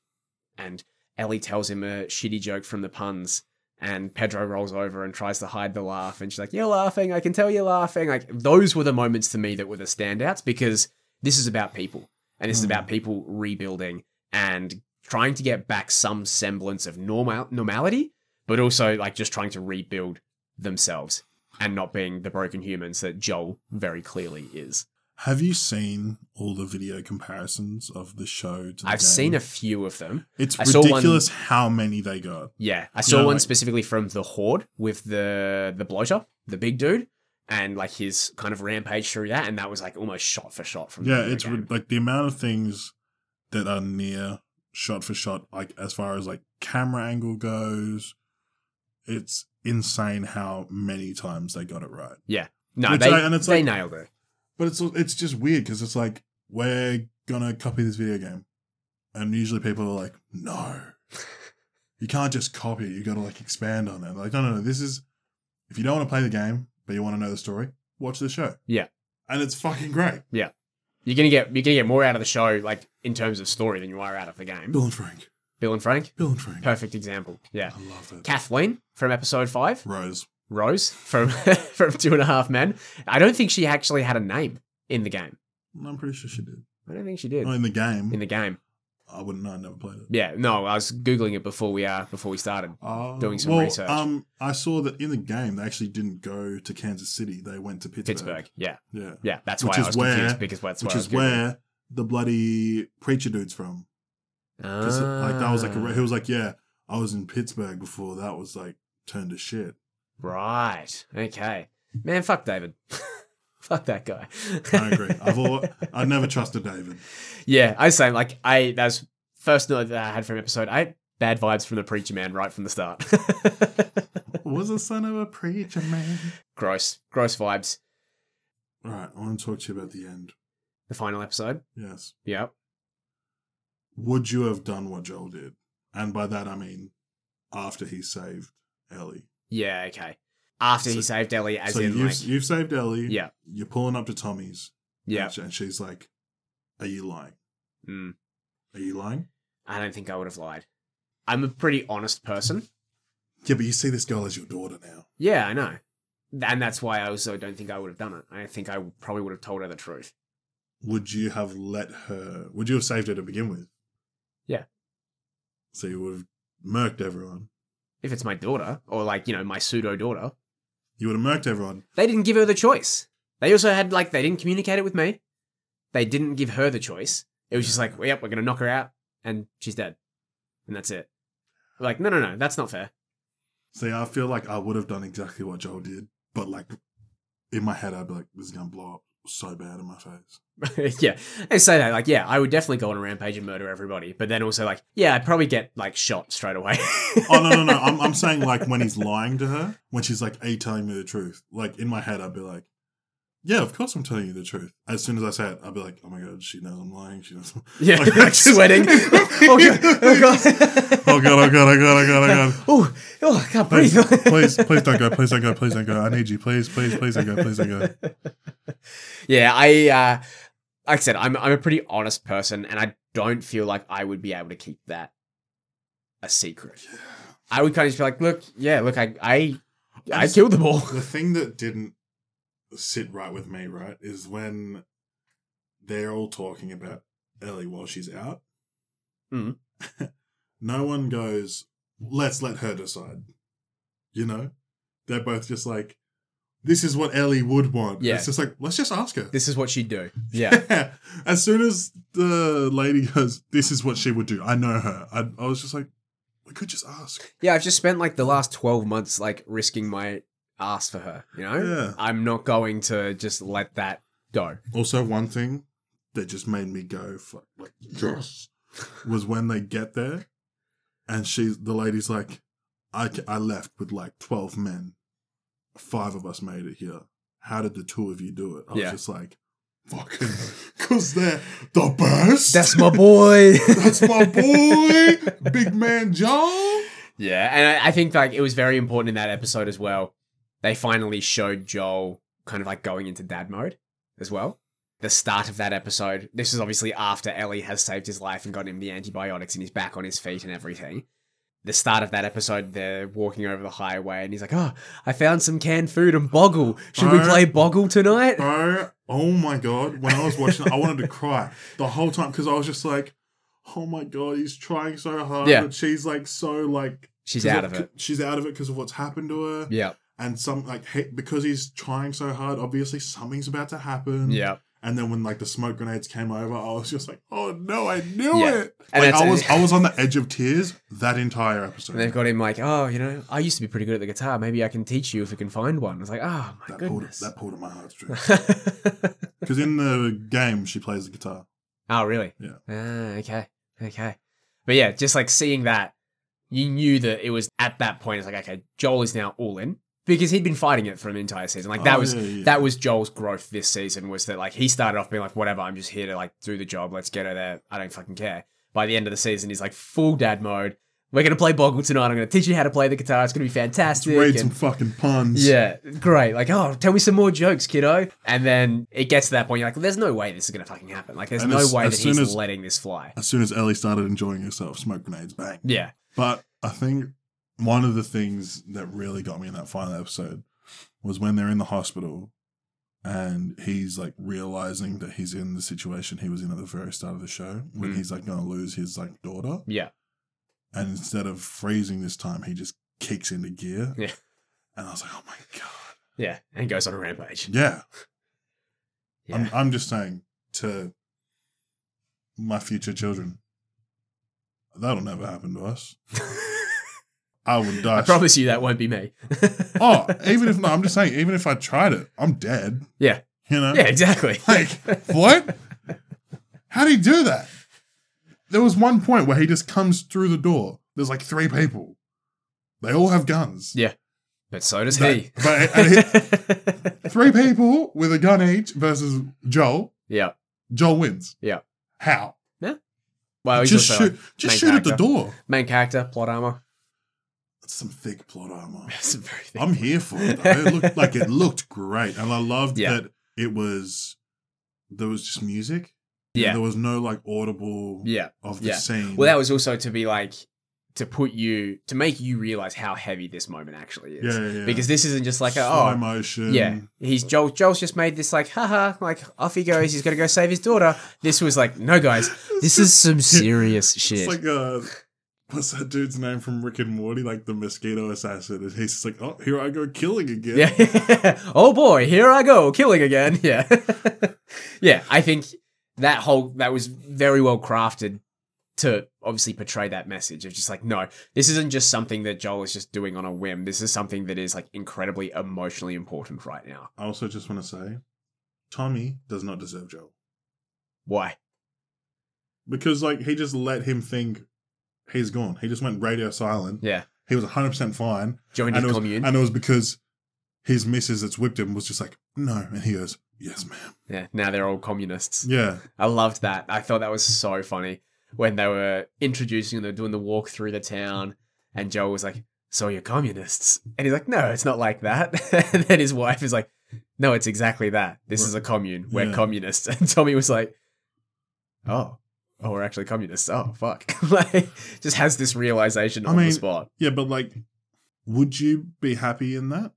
and ellie tells him a shitty joke from the puns and pedro rolls over and tries to hide the laugh and she's like you're laughing i can tell you're laughing like those were the moments to me that were the standouts because this is about people and this is
Hmm.
about people rebuilding and trying to get back some semblance of normal normality but also like just trying to rebuild themselves and not being the broken humans that Joel very clearly is.
Have you seen all the video comparisons of the show? To the
I've seen a
game?
few of them.
It's
I saw one-
ridiculous how many they got.
Yeah, I saw
Yeah,
one
like-
specifically from the Horde with the the bloater, the big dude, and like his kind of rampage through that, and that was like almost shot for shot from. the
Yeah,
video
it's
game.
rid- like the amount of things that are near shot for shot, like as far as like camera angle goes, it's insane how many times they got it right.
no,
it's
they,
like- and it's
they
like-
nailed it.
But it's it's just weird because it's like we're gonna copy this video game, and usually people are like, no, you can't just copy it. You got to like expand on it. Like, no, no, no. This is if you don't want to play the game but you want to know the story, watch the show.
Yeah.
and it's fucking great.
You're gonna get you're gonna get more out of the show, like in terms of story, than you are out of the game.
Bill and Frank,
Bill and Frank,
Bill and Frank.
perfect example. Yeah,
I love it.
Kathleen from episode five.
Rose.
Rose from from Two and a Half Men. I don't think she actually had a name in the game.
I'm pretty sure she did.
I don't think she did
Oh, in the game,
in the game.
I wouldn't know. I never played it.
Yeah, no, I was googling it before we uh before we started.
Oh,
Doing some research.
Um, I saw that in the game they actually didn't go to Kansas City. They went to Pittsburgh.
Pittsburgh. Yeah,
Yeah.
yeah, that's
Which
why I
is
was
where-
confused because that's why
which
I
is
was googling.
where the bloody preacher dude's from. 'Cause, like that was like a, re- he was like, yeah, I was in Pittsburgh before that was like turned to shit.
right. Okay, man, fuck David. fuck that guy.
I agree. I've all, I never trusted David.
yeah, I was saying like I that's first note that I had from episode eight. Bad vibes from the preacher man right from the start.
Was a son of a preacher man.
gross, gross vibes.
All right, I want to talk to you about the end.
The final episode.
Yes,
Yep.
would you have done what Joel did? And by that I mean after he saved Ellie.
Yeah. Okay. After he
So-
saved Ellie, as
so
in
you've
like
you've saved Ellie.
yeah,
you're pulling up to Tommy's.
yeah.
and she- and she's like, "Are you lying?
Mm.
Are you lying?"
I don't think I would have lied. I'm a pretty honest person.
Yeah, but you see this girl as your daughter now.
Yeah, I know. And that's why I also don't think I would have done it. I think I probably would have told her the truth.
would you have let her would you have saved her to begin with
Yeah.
so you would have murked everyone
If it's my daughter, or like, you know, my pseudo daughter,
you would have murked everyone
they didn't give her the choice. They also had, like, they didn't communicate it with me. They didn't give her the choice. It was just like, well, yep, we're going to knock her out, and she's dead. And that's it. Like, no, no, no, that's not fair.
see i feel like i would have done exactly what joel did but like in my head i'd be like this is gonna blow up so bad in my face
yeah, I say that like, yeah, I would definitely go on a rampage and murder everybody, but then also like, yeah, I'd probably get like shot straight away.
oh no no no I'm, I'm saying like when he's lying to her when she's like are you telling me the truth like in my head i'd be like yeah of course i'm telling you the truth as soon as i say it i'd be like oh my god she knows i'm lying she knows I'm...
Yeah,
Like, like,
sweating. oh god! Oh god!
oh god oh god oh god oh god oh god
Oh, oh, I can't
Please,
breathe.
please, please don't go. Please don't go. Please don't go. I need you. Please, please, please don't go. Please don't go.
yeah, I uh, like I said, I'm I'm a pretty honest person, and I don't feel like I would be able to keep that a secret. I would kind of just be like, look, yeah, look, I I I
just-
killed them all.
The thing that didn't sit right with me, right, is when they're all talking about Ellie while she's out.
Mm.
no one goes, let's let her decide. You know? They're both just like, this is what Ellie would want.
Yeah.
It's just like, let's just ask her.
This is what she'd do. Yeah,
as soon as the lady goes, this is what she would do. I know her. I, I was just like, we could just ask.
yeah. I've just spent like the last twelve months like risking my ass for her. You know,
Yeah.
I'm not going to just let that go.
Also, one thing that just made me go fuck, like yes was when they get there and she's the lady's like, I, c- I left with like 12 men. Five of us made it here. How did the two of you do it? I was
Yeah.
just like, fucking, because they're the best.
That's my boy.
That's my boy, big man Joel.
Yeah, and I, I think like it was very important in that episode as well. They finally showed Joel kind of like going into dad mode as well. The start of that episode. This is obviously after Ellie has saved his life and got him the antibiotics and he's back on his feet and everything. The start of that episode, they're walking over the highway and he's like, "Oh, I found some canned food and Boggle. Should we
Bro.
play Boggle tonight?"
Bro, oh my God. When I was watching it, I wanted to cry the whole time because I was just like, oh my God, he's trying so hard.
Yeah.
But she's like, so like,
She's out of it.
She's out of it because of what's happened to her.
Yeah,
and some like he- because he's trying so hard obviously something's about to happen
yeah,
and then when like the smoke grenades came over i was just like oh no i knew
Yeah.
it
And
like,
that's-
i was i was on the edge of tears that entire episode
and they've got him like, "Oh, you know, I used to be pretty good at the guitar. Maybe I can teach you if we can find one." I was like, "Oh my
that pulled,
goodness."
that pulled at my heartstrings because in the game she plays the guitar
Oh, really?
Yeah.
Ah, okay. Okay. But yeah, just like seeing that, you knew that it was at that point. It's like, okay, Joel is now all in because he'd been fighting it for an entire season. Like that
Oh,
was
yeah, yeah.
that was Joel's growth this season was that like he started off being like, whatever, I'm just here to like do the job. Let's get her there. I don't fucking care. By the end of the season, he's like full dad mode. We're gonna play Boggle tonight. I'm gonna teach you how to play the guitar. It's gonna be fantastic.
read
and-
some fucking puns
yeah, great. Like, oh, tell me some more jokes, kiddo. And then it gets to that point. You're like, there's no way this is gonna fucking happen. Like, there's
And
no
as-
way
as
that he's
soon as-
letting this fly.
as soon as ellie started enjoying herself smoke grenades bang
Yeah,
But I think one of the things that really got me in that final episode was when they're in the hospital and he's like realizing that he's in the situation he was in at the very start of the show when
Mm.
he's like going to lose his like daughter.
yeah,
And instead of freezing this time, he just kicks into gear.
Yeah.
And I was like, oh my God.
yeah. And goes on a rampage.
Yeah.
Yeah,
I'm, I'm just saying to my future children, that'll never happen to us. I would die.
I promise you that won't be me.
Oh, even if no, I'm just saying, even if I tried it, I'm dead.
Yeah.
You know?
yeah, exactly.
Like, what? How do you do that? There was one point where he just comes through the door. There's like three people. They all have guns.
Yeah. but so does
That-
he.
but- and Three people with a gun each versus Joel.
yeah.
Joel wins.
Yeah.
How?
Well, he's
just
also
shoot,
like,
just
main
shoot at the
character.
door.
main character, plot armor.
That's some thick plot armor.
That's a very thing.
I'm here for it. Though. It looked like it looked great, and I loved
Yeah.
that it was there was just music.
Yeah.
there was no like audible
Yeah.
of the
yeah.
scene.
Well, that was also to be like to put you to make you realize how heavy this moment actually is.
yeah, yeah, yeah.
Because this isn't just like a,
slow
oh
motion.
Yeah, he's Joel. Joel's just made this like, haha, like off he goes. He's gonna go save his daughter. This was like, no, guys, this is some serious
it's
shit.
like uh, what's that dude's name from Rick and Morty? Like the mosquito assassin, and he's just like, oh, here I go killing again.
yeah. oh boy, here I go, killing again. Yeah, yeah. I think that whole that was very well crafted to obviously portray that message of just like, no, this isn't just something that Joel is just doing on a whim. This is something that is like incredibly emotionally important right now.
I also just want to say, Tommy does not deserve Joel
Why?
because like he just let him think he's gone. He just went radio silent.
Yeah,
He was 100 percent fine.
joined
and
his
it, was,
commune.
and it was because his missus that's whipped him was just like, no. And he goes, yes, ma'am.
yeah, now they're all communists.
Yeah.
I loved that. I thought that was so funny when they were introducing, they were doing the walk through the town, and Joel was like, "So you're communists?" And he's like, "No, it's not like that." and then his wife is like, "No, it's exactly that. This is a commune. We're
Yeah.
communists." And Tommy was like, "Oh." Oh, we're actually communists. Oh, fuck! like, just has this realization
I
on
mean-
the spot
Yeah. But like, would you be happy in that?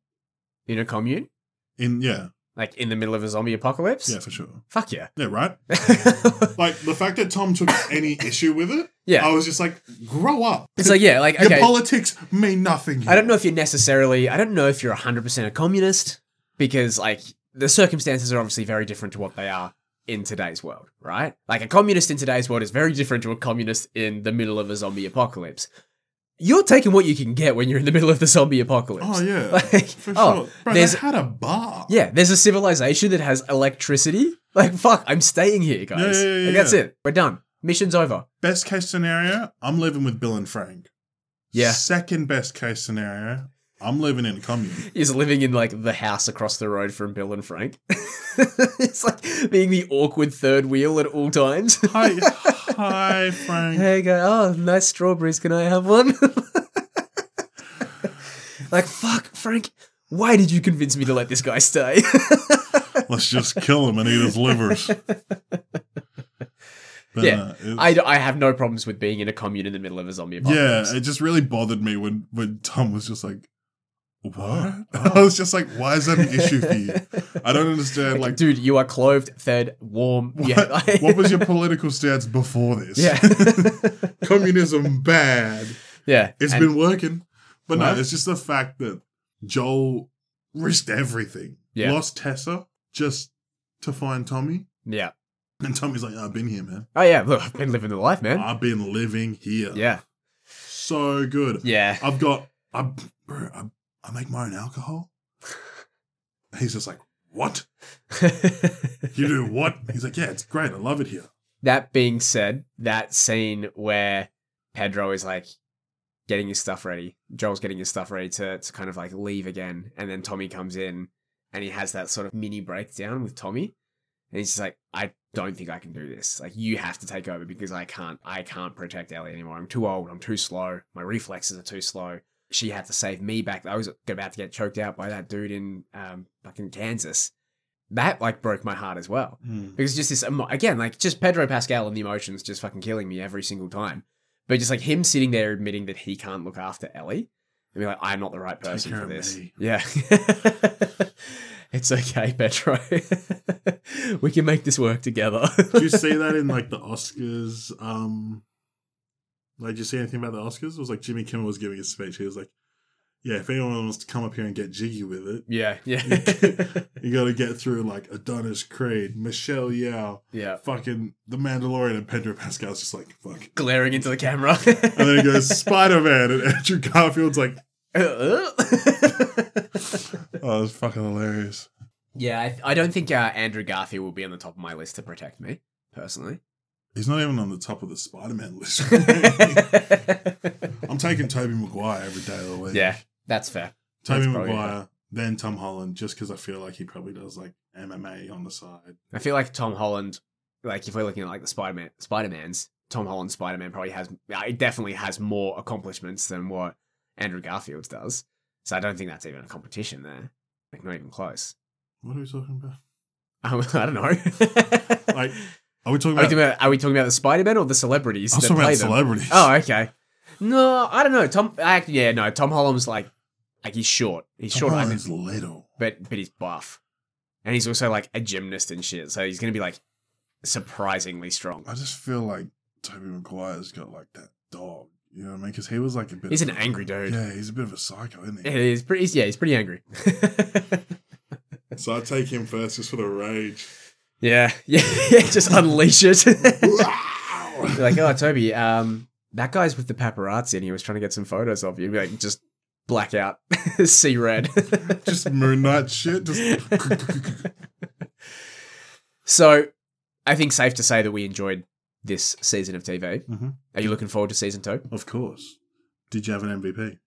in a commune,
In, yeah.
like in the middle of a zombie apocalypse.
Yeah, for sure.
Fuck yeah!
Yeah, right? Like, the fact that Tom took any issue with it,
yeah,
I was just like, grow up.
it's like yeah, like
Your
okay.
politics mean nothing.
I don't know if you're necessarily. I don't know if you're 100% a communist because, like, the circumstances are obviously very different to what they are in today's world, right? Like, a communist in today's world is very different to a communist in the middle of a zombie apocalypse. You're taking what you can get when you're in the middle of the zombie apocalypse.
Oh, yeah.
Like,
for
oh,
sure. Bro,
there's-
they had a bar.
yeah, there's a civilization that has electricity. Like, fuck, I'm staying here, guys.
Yeah, yeah, yeah,
Like, that's
yeah.
it. We're done. Mission's over.
Best case scenario, I'm living with Bill and Frank.
Yeah.
Second best case scenario, I'm living in a commune.
Is living in like the house across the road from Bill and Frank. it's like being the awkward third wheel at all times.
Hi, hi, Frank.
Hey, go, oh, nice strawberries. Can I have one? like, fuck, Frank, why did you convince me to let this guy stay?
Let's just kill him and eat his livers. But,
Yeah,
uh, it-
I, I have no problems with being in a commune in the middle of a zombie
yeah,
apocalypse.
it just really bothered me when when Tom was just like, "What?" I
Oh.
was just like, "Why is that an issue for you? I don't understand." Like,
dude, you are clothed, fed, warm.
what,
yeah. like-
what was your political stance before this?
Yeah.
communism bad.
yeah.
It's
and-
been working. But
Well-
no, it's just the fact that Joel risked everything.
Yeah.
Lost Tessa just to find Tommy.
Yeah.
And Tommy's like, I've been here, man.
Oh, yeah. Look, I've been living the life, man.
I've been living here.
yeah.
So good.
Yeah.
I've got, I, bro, I, I make my own alcohol. He's just like, what? You do what? He's like, yeah, it's great. I love it here.
that being said, that scene where Pedro is like getting his stuff ready, Joel's getting his stuff ready to, to kind of like leave again, and then Tommy comes in and he has that sort of mini breakdown with Tommy. And he's just like, I don't think I can do this. Like you have to take over because I can't I can't protect Ellie anymore. I'm too old, I'm too slow, my reflexes are too slow. She had to save me back. I was about to get choked out by that dude in um fucking Kansas. That like broke my heart as well. Because just this, emo- again, like just Pedro Pascal and the emotions just fucking killing me every single time. But just like him sitting there admitting that he can't look after Ellie and be like, I'm not the right
Take
person
care
for
of
this.
me.
Yeah. it's okay, Pedro. we can make this work together.
Do you see that in like the Oscars? Um, like, did you see anything about the Oscars? It was like Jimmy Kimmel was giving his speech. He was like, "Yeah, if anyone wants to come up here and get jiggy with it,
yeah, yeah.
You- you got to get through like Adonis Creed, Michelle Yao,
yeah.
fucking The Mandalorian, and Pedro Pascal's just like fuck."
Glaring into the camera.
And then he goes Spider Man, and Andrew Garfield's like, "Oh, it's fucking hilarious."
yeah, I, I don't think uh, Andrew Garfield will be on the top of my list to protect me, personally.
He's not even on the top of the Spider Man list.
yeah,
I'm taking Toby Maguire every day of the week.
that's fair.
Toby
That's probably
Maguire, then Tom Holland, just because I feel like he probably does like MMA on the side.
I feel like Tom Holland, like if we're looking at like the Spider Man, Spider Man's, Tom Holland Spider Man probably has, uh, it definitely has more accomplishments than what Andrew Garfield does. So I don't think that's even a competition there. Like not even close.
What are we talking about?
Um, I don't know.
Like, Are we talking
are we
about?
talking about, are we talking about the Spider Man or Oh, the celebrities
I was
that
talking
play
about
them?
celebrities.
Oh, okay. No, I don't know. Tom, I, yeah, no. Tom Holland's like, like he's short. He's
Tom
short. I
Holland's little.
but but he's buff, and he's also like a gymnast and shit. So he's gonna be like surprisingly strong.
I just feel like Toby Maguire's got like that dog. You know what I mean? Because he was like a bit.
He's
of
an
a-
angry dude.
Yeah, he's a bit of a psycho, isn't he?
He's pretty. He's, yeah, he's pretty angry.
so I take him first, just for the rage.
yeah, yeah, yeah. Just unleash it.
Wow.
Be like, oh, Toby, um, that guy's with the paparazzi, and he was trying to get some photos of you. Be like, just black out, see red.
just Moon Knight shit. Just
so, I think safe to say that we enjoyed this season of TV.
Mhm.
Are you looking forward to season two?
of course. Did you have an MVP?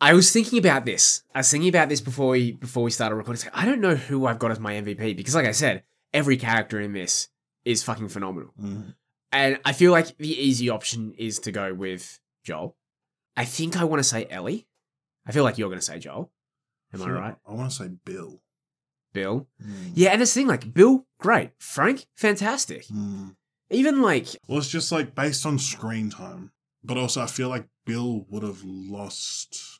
I was thinking about this. I was thinking about this before we before we started recording. It's like, I don't know who I've got as my MVP because, like I said, every character in this is fucking phenomenal,
Mm.
and I feel like the easy option is to go with Joel. I think I want to say Ellie. I feel like you're going to say Joel. Am I
Sure.
right,
I want to say Bill.
Bill?
Mm.
Yeah, and this thing like Bill, great. Frank, fantastic.
Mm.
Even like
Well, it's just like based on screen time, but also I feel like Bill would have lost.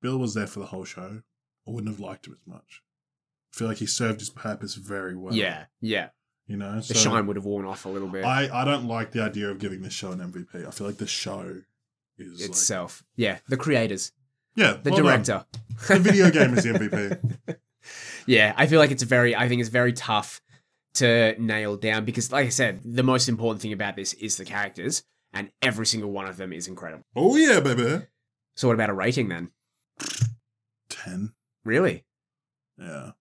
Bill was there for the whole show. I wouldn't have liked him as much. I feel like he served his purpose very well.
yeah, yeah.
you know,
The shine would have worn off a little bit
I I don't like the idea of giving this show an MVP. I feel like the show is like,
itself. yeah, the creators,
yeah,
uh, the
well done.
director,
The video game is the MVP.
Yeah, I feel like it's a very I think it's very tough to nail down because like I said, the most important thing about this is the characters and every single one of them is incredible.
Oh yeah, baby.
So what about a rating then?
Ten.
Really?
Yeah,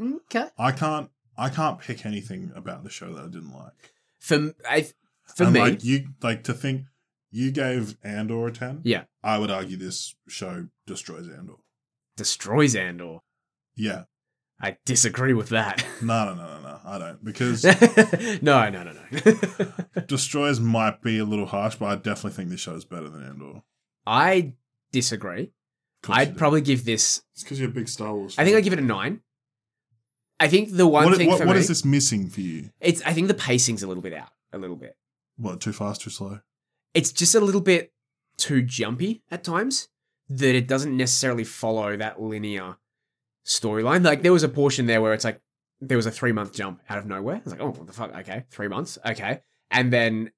Okay.
I can't. I can't pick anything about the show that I didn't like.
For m- I for
and
me,
like you like to think You gave Andor a 10.
Yeah.
I would argue this show destroys Andor.
Destroys Andor.
Yeah.
I disagree with that.
No, no, no, no, no. I don't. Because
no, no, no, no.
destroys might be a little harsh, but I definitely think this show is better than Andor.
I disagree. I'd probably give this.
It's because you're a big Star Wars
I think I'd give it a nine. I think the one
what,
thing
what-
for
what
me,
is this missing for you?
it's I think the pacing's a little bit out, a little bit.
What, too fast, too slow?
It's just a little bit too jumpy at times that it doesn't necessarily follow that linear storyline. Like there was a portion there where it's like there was a three month jump out of nowhere. I was like, oh, what the fuck? Okay, three months. Okay, and then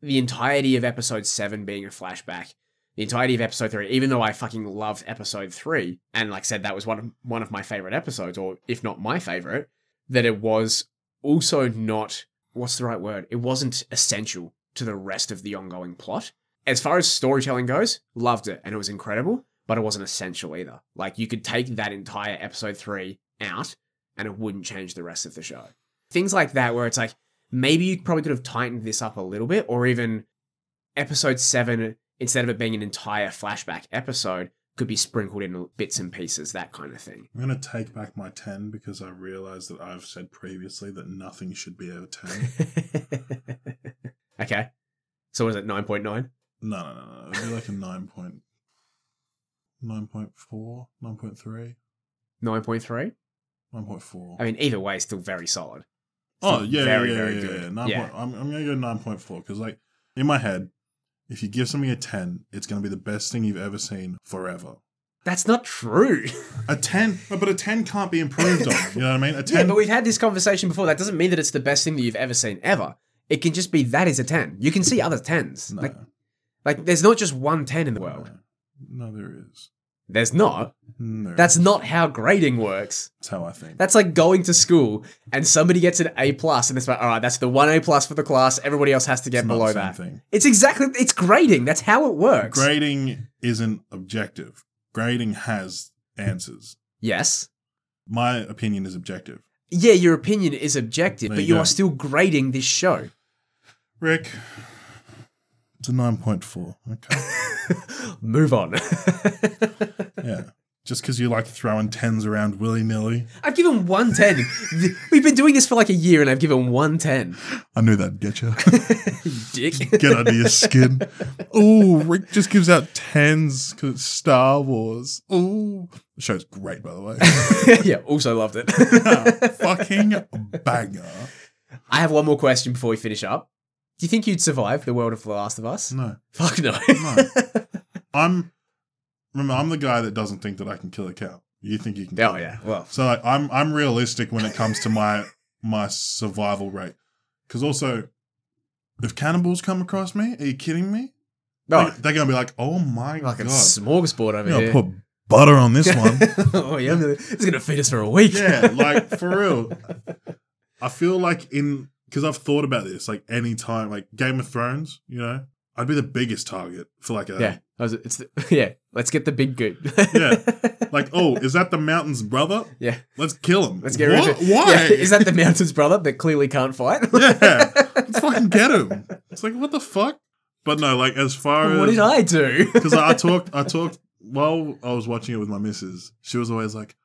the entirety of episode seven being a flashback. The entirety of episode three, even though I fucking loved episode three, and like I said, that was one of one of my favorite episodes, or if not my favorite, that it was also not what's the right word? It wasn't essential to the rest of the ongoing plot. As far as storytelling goes, loved it and it was incredible, but it wasn't essential either. Like you could take that entire episode three out and it wouldn't change the rest of the show. Things like that where it's like, maybe you probably could have tightened this up a little bit, or even episode seven, instead of it being an entire flashback episode, could be sprinkled in bits and pieces, that kind of thing.
I'm going to take back my 10 because I realize that I've said previously that nothing should be a 10.
okay. So was it 9.9?
No, no, no, no. It'd be like a 9 point, 9.4, 9.3,
9.3?
9.4.
I mean, either way, still very solid.
oh,
still
yeah,
very,
yeah,
very
yeah,
good.
yeah, yeah. Nine
Yeah.
Point, I'm, I'm going to go 9.4 because, like, in my head, if you give something a 10, it's going to be the best thing you've ever seen forever.
That's not true.
A 10, no, but a 10 can't be improved on. You know what I mean? A 10.
yeah, but we've had this conversation before. That doesn't mean that it's the best thing that you've ever seen ever. It can just be that is a 10. You can see other 10s.
no,
Like, like, there's not just one 10 in the world.
no, there is.
There's not.
No,
That's not how grading works.
That's how I think.
That's like going to school and somebody gets an A plus and it's like, all right, that's the one A plus for the class. Everybody else has to get
It's not
below
the same
that.
thing.
It's exactly, it's grading. That's how it works.
Grading isn't objective. Grading has answers.
Yes.
My opinion is objective.
Yeah, your opinion is objective,
There
but
you
you
go.
are still grading this show.
Rick, it's a 9.4. Okay.
Move on.
yeah. Just because you like throwing tens around willy nilly.
I've given one ten. Th- We've been doing this for like a year, and I've given one ten.
I knew that'd get you.
Dick.
get under your skin. Ooh, Rick just gives out tens because it's Star Wars. Ooh. The show's great, by the way.
yeah. Also loved it.
Fucking banger.
I have one more question before we finish up. Do you think you'd survive the world of The Last of Us?
No.
Fuck no.
No. I'm remember I'm the guy that doesn't think that I can kill a cow. You think you can kill
oh
a
yeah. Well.
So like, I'm I'm realistic when it comes to my my survival rate. Because also, if cannibals come across me, are you kidding me?
No.
They, are gonna be like, oh my
Like a
god,
smorgasbord over
you know,
here.
put butter on this one.
oh yeah. It's gonna feed us for a week.
yeah, like for real. I feel like in because I've thought about this like any time, like Game of Thrones, you know, I'd be the biggest target for like a
Yeah. I was- it's the, yeah. Let's get the big goot.
Yeah. like oh is that the mountain's brother?
Yeah.
Let's kill him.
Let's get
what?
rid of it.
Why
Yeah, is that the mountain's brother that clearly can't fight?
Yeah. Let's fucking get him. It's like what the fuck? But no, like as far
what
as
did I do?
because I talked, I talked while I was watching it with my missus. She was always like,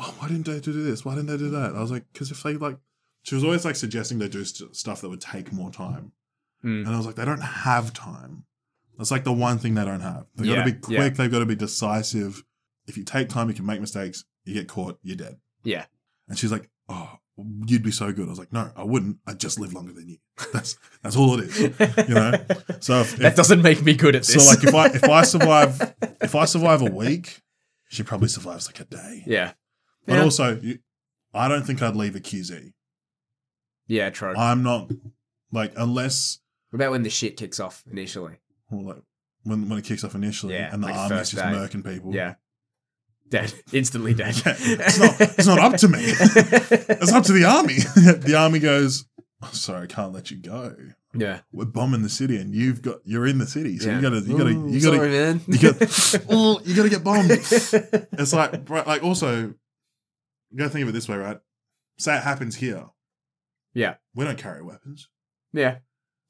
"Oh, why didn't they do this? Why didn't they do that?" I was like, "Because if they like," she was always like suggesting they do st- stuff that would take more time,
Mm.
and I was like, "They don't have time. That's like the one thing they don't have. They've got
Yeah,
to be quick.
yeah.
They've got to be decisive. If you take time, you can make mistakes. You get caught, you're dead."
Yeah.
And she's like, "Oh." You'd be so good. I was like, no, I wouldn't. I'd just live longer than you. That's that's all it is. You know. So if,
that
if,
doesn't make me good at
so
this.
like if I if I survive if I survive a week, she probably survives like a day.
yeah,
But
Yeah.
also, you, I don't think I'd leave a QZ.
yeah, true. What
I'm not like unless
about when the shit kicks off initially?
well, like when when it kicks off initially
Yeah,
and the
like
army's
first
just
day.
murking people.
Yeah, dead, instantly dead.
Yeah, it's not- it's not up to me. It's up to the army. the army goes, oh, sorry, I can't let you go.
yeah,
We're bombing the city and you've got you're in the city. So
Yeah.
you gotta you gotta you
Ooh,
gotta
sorry, man.
you gotta, oh, you gotta get bombed. It's like, bro, like also, you gotta think of it this way, right? Say it happens here.
Yeah.
We don't carry weapons.
yeah,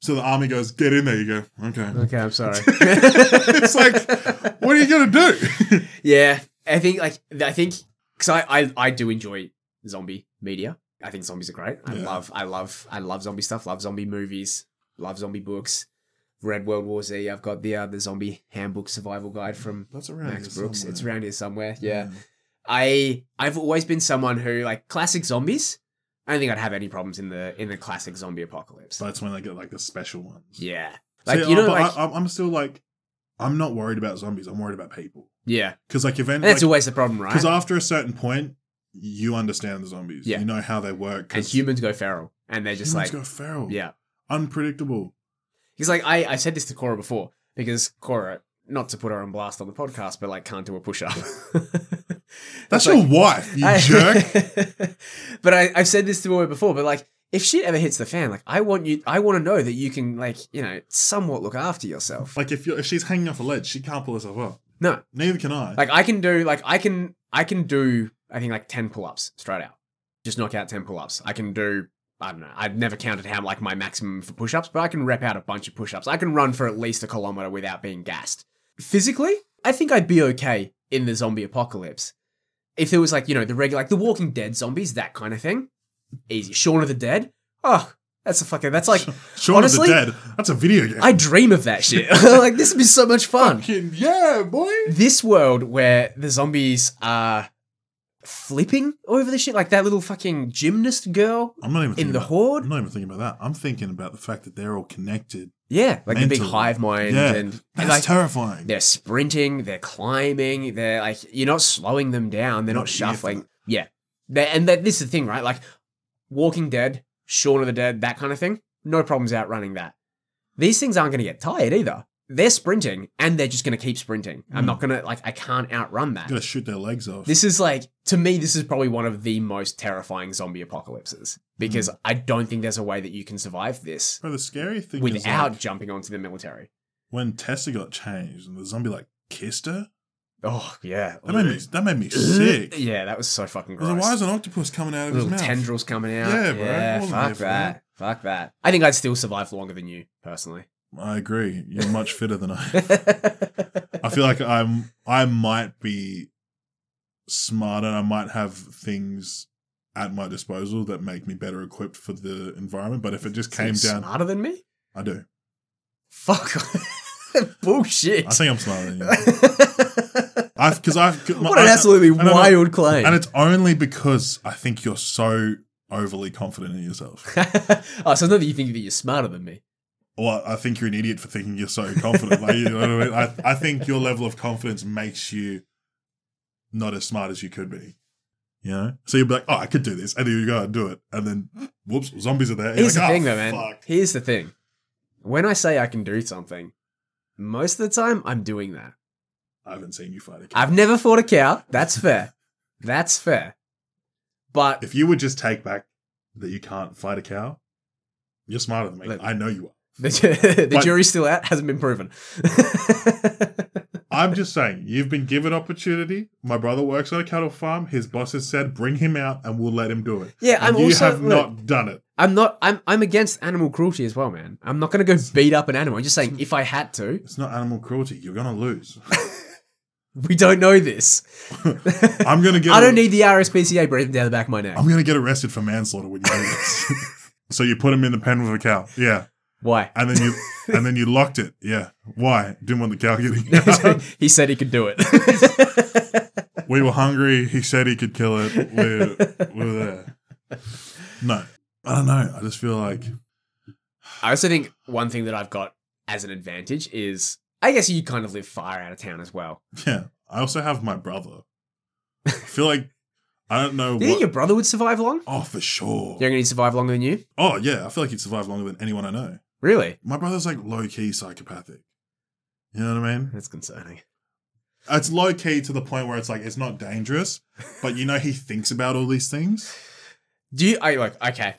So the army goes, get in there. You go, okay.
Okay, I'm sorry.
It's like- What are you going to do?
Yeah, I think like th- I think because I, I I do enjoy zombie media. I think zombies are great. I
Yeah.
love I love I love zombie stuff. Love zombie movies. Love zombie books. Read World War Z. I've got the uh, the zombie handbook survival guide from
That's around
Max
here
Brooks. It's
somewhere.
around here somewhere. Yeah. I I've always been someone who like classic zombies. I don't think I'd have any problems in the in the classic zombie apocalypse.
So that's when they get like the special ones.
yeah,
So,
like
yeah,
you know,
uh, but
like
I, I'm- I'm still like, I'm not worried about zombies. I'm worried about people.
yeah,
Because like, if
and that's
because
always the problem, right?
after a certain point, you understand the zombies.
Yeah.
You know how they work.
And
'cause
humans go feral, and they're just
humans
like
go feral.
yeah.
unpredictable.
Because like I, I said this to Cora before, because Cora, not to put her on blast on the podcast, but like can't do a push up.
That's your wife, you jerk.
jerk. but I, I've said this to her before, but like if shit ever hits the fan, like I want you I want to know that you can like, you know, somewhat look after yourself.
Like if you're, if she's hanging off a ledge, she can't pull herself up.
No.
neither can I.
Like I can do like I can I can do I think like ten pull ups straight out. Just knock out ten pull ups. I can do I don't know. I've never counted how like my maximum for push ups, but I can rep out a bunch of push ups. I can run for at least a kilometer without being gassed. Physically, I think I'd be okay in the zombie apocalypse. If there was like, you know, the regular like the Walking Dead zombies, that kind of thing. Easy. Shaun of the Dead. Oh, that's a fucking that's like
Shaun
honestly-
of the Dead. That's a video game.
I dream of that shit. like this would be so much fun.
Fucking yeah, boy.
this world where the zombies are flipping over the shit, like that little fucking gymnast girl
I'm not even thinking
in the
about, I'm
horde.
not even thinking about that. I'm thinking about the fact that they're all connected.
Yeah, like the big
Mental.
hive mind,
yeah,
and, and,
that's
like
terrifying.
they're sprinting, they're climbing, they're like you're not slowing them down, they're not,
Not here for
shuffling.
that.
Yeah, they and that this is the thing, right? Like Walking Dead, Shaun of the Dead, that kind of thing. No problems outrunning that. These things aren't going to get tired either. They're sprinting and they're just going to keep sprinting. I'm
Mm.
not going to like I can't outrun that.
Gotta shoot their legs off.
This is like, to me, this is probably one of the most terrifying zombie apocalypses because
Mm.
I don't think there's a way that you can survive this
Bro, the scary thing is
without
like,
jumping onto the military.
when Tessa got changed and the zombie like kissed her.
Oh, yeah.
That made me. That made me
Ugh.
sick.
Yeah, that was so fucking
I was
gross.
like, why is an octopus coming out of his
Little
mouth?
tendrils coming out.
Yeah,
Yeah,
bro. I
Yeah,
wasn't here
fuck
for
that. Fuck that. I think I'd still survive longer than you, personally.
I agree. You're much fitter than I.
I
I feel like I'm. I might be smarter. I might have things at my disposal that make me better equipped for the environment. But if it just came down,
Smarter than me?
I do.
Fuck. Bullshit.
I think I'm smarter than you. I because I
what an absolutely
I don't know.
wild claim.
and it's only because I think you're so overly confident in yourself.
oh, so it's not that you think that you're smarter than me.
Well, I think you're an idiot for thinking you're so confident. like, you know what I, mean? I, I think your level of confidence makes you not as smart as you could be. You know, so you'd be like, "Oh, I could do this," and then you go and do it, and then whoops, zombies are there. You're
Here's
like,
the
"Oh,
thing, though, man.
fuck."
Here's the thing. When I say I can do something, most of the time I'm doing that.
I haven't seen you fight a cat.
I've never fought a cow. That's fair. That's fair. But
If you would just take back that you can't fight a cow, you're smarter than me.
Look.
I know you are.
the, ju- the
But-
jury's still out. Hasn't been proven.
I'm just saying, you've been given opportunity. My brother works on a cattle farm. His boss has said, "Bring him out, and we'll let him do it."
yeah, I'm
And you
also.
have
look,
not done it.
I'm not. I'm. I'm against animal cruelty as well, man. I'm not going to go beat up an animal. I'm just saying, if I had to,
It's not animal cruelty. You're gonna lose.
we don't know this.
I'm gonna get.
I don't need the RSPCA breathing down the back of my neck.
I'm gonna get arrested for manslaughter when you do this. so you put him in the pen with a cow. Yeah,
Why?
and then you and then you locked it. Yeah, why? Didn't want the cow getting. Out.
he said he could do it.
we were hungry. He said he could kill it. We're, we're there. No, I don't know. I just feel like
I also think one thing that I've got as an advantage is I guess you kind of live far out of town as well.
yeah. I also have my brother. I feel like I don't know
Do you think
what.
your brother would survive long?
Oh, for sure.
You're going to survive longer than you?
Oh, yeah. I feel like he'd survive longer than anyone I know.
Really?
My brother's like low key psychopathic. You know what I mean?
That's concerning.
It's low key to the point where it's like it's not dangerous, but you know he thinks about all these things.
Do you? I look okay.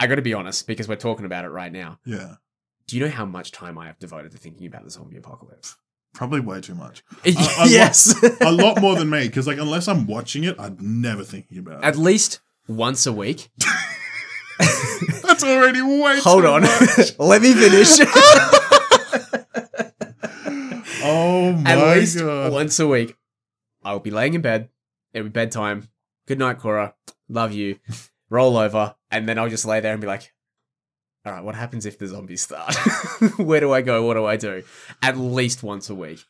I got to be honest because we're talking about it right now.
Yeah,
Do you know how much time I have devoted to thinking about the zombie apocalypse?
probably way too much. I lo-
yes,
A lot more than me because like unless I'm watching it, I'd never thinking about
at
it.
least once a week.
At, That's already way
Hold
too
on.
much.
Let me finish.
Oh my
At least
god.
once a week, I'll be laying in bed. It'll be bedtime. Good night, Cora. Love you. Roll over. And then I'll just lay there and be like, all right, what happens if the zombies start? Where do I go? What do I do? At least once a week.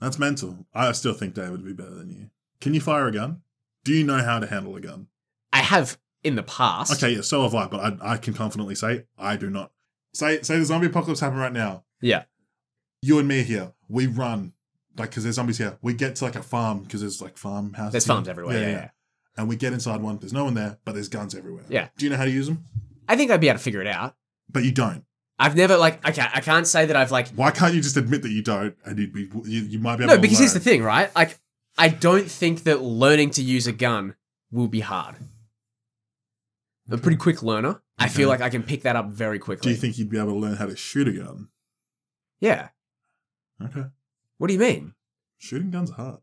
That's mental. I still think David would be better than you. Can you fire a gun? Do you know how to handle a gun?
I have in the past.
Okay, yeah, so have I, but I, I can confidently say I do not. Say say the zombie apocalypse happened right now.
Yeah.
You and me are here. We run. Like, because there's zombies here. We get to like a farm because there's like farmhouses.
There's
here.
farms everywhere. Yeah, yeah.
And we get inside one. There's no one there, but there's guns everywhere.
Yeah.
Do you know how to use them?
I think I'd be able to figure it out.
But you don't.
I've never, like, okay, I can't say that I've, like,
Why can't you just admit that you don't? And you'd be you, you might be able
no,
to
because here's the
learn.
thing, right? Like, I don't think that learning to use a gun will be hard. I'm a pretty quick learner. I feel like
Okay.
I can pick that up very quickly.
Do you think you'd be able to learn how to shoot a gun?
Yeah.
Okay.
What do you mean?
Shooting guns are hard.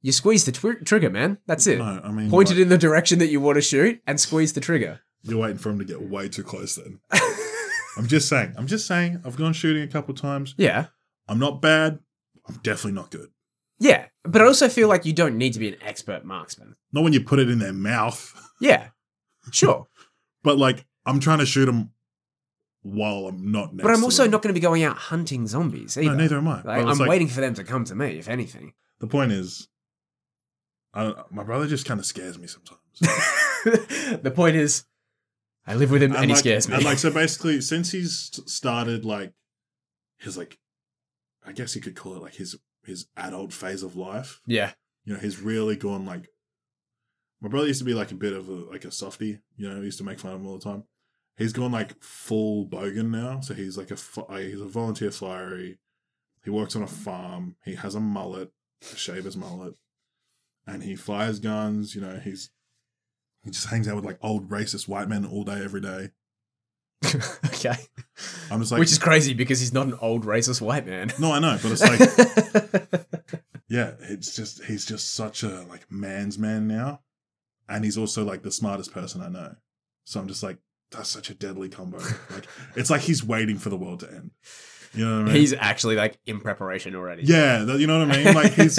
You squeeze the twi- trigger, man. That's it.
No, I mean
Point it
like,
in the direction that you want to shoot and squeeze the trigger.
You're waiting for him to get way too close then. I'm just saying. I'm just saying. I've gone shooting a couple times.
yeah.
I'm not bad. I'm definitely not good.
Yeah. But I also feel like you don't need to be an expert marksman.
Not when you put it in their mouth.
Yeah. Sure.
But like, I'm trying to shoot them while I'm not next.
but I'm
to
also
them.
not going to be going out hunting zombies either.
No, neither am I. But
Like,
it's
I'm
like-
waiting for them to come to me, if anything.
The point is, I don't, my brother just kind of scares me sometimes.
the point is, I live with him and, he
like,
scares me.
And like, so basically, since he's s- started like his like, I guess you could call it like his his adult phase of life.
yeah.
you know, he's really gone like. My brother used to be like a bit of a, like a softy, you know. He used to make fun of him all the time. He's gone like full bogan now, so he's like a fl- uh, he's a volunteer flyer. He, he works on a farm. He has a mullet, a shaver's mullet, and he fires guns. You know, he's he just hangs out with like old racist white men all day, every day.
okay.
I'm just like,
Which is crazy because he's not an old racist white man.
no, I know, but it's like, yeah, it's just he's just such a like man's man now, and he's also like the smartest person I know. So I'm just like, that's such a deadly combo. like it's like he's waiting for the world to end. You know what I mean?
He's actually like in preparation already.
yeah, th- you know what I mean. Like he's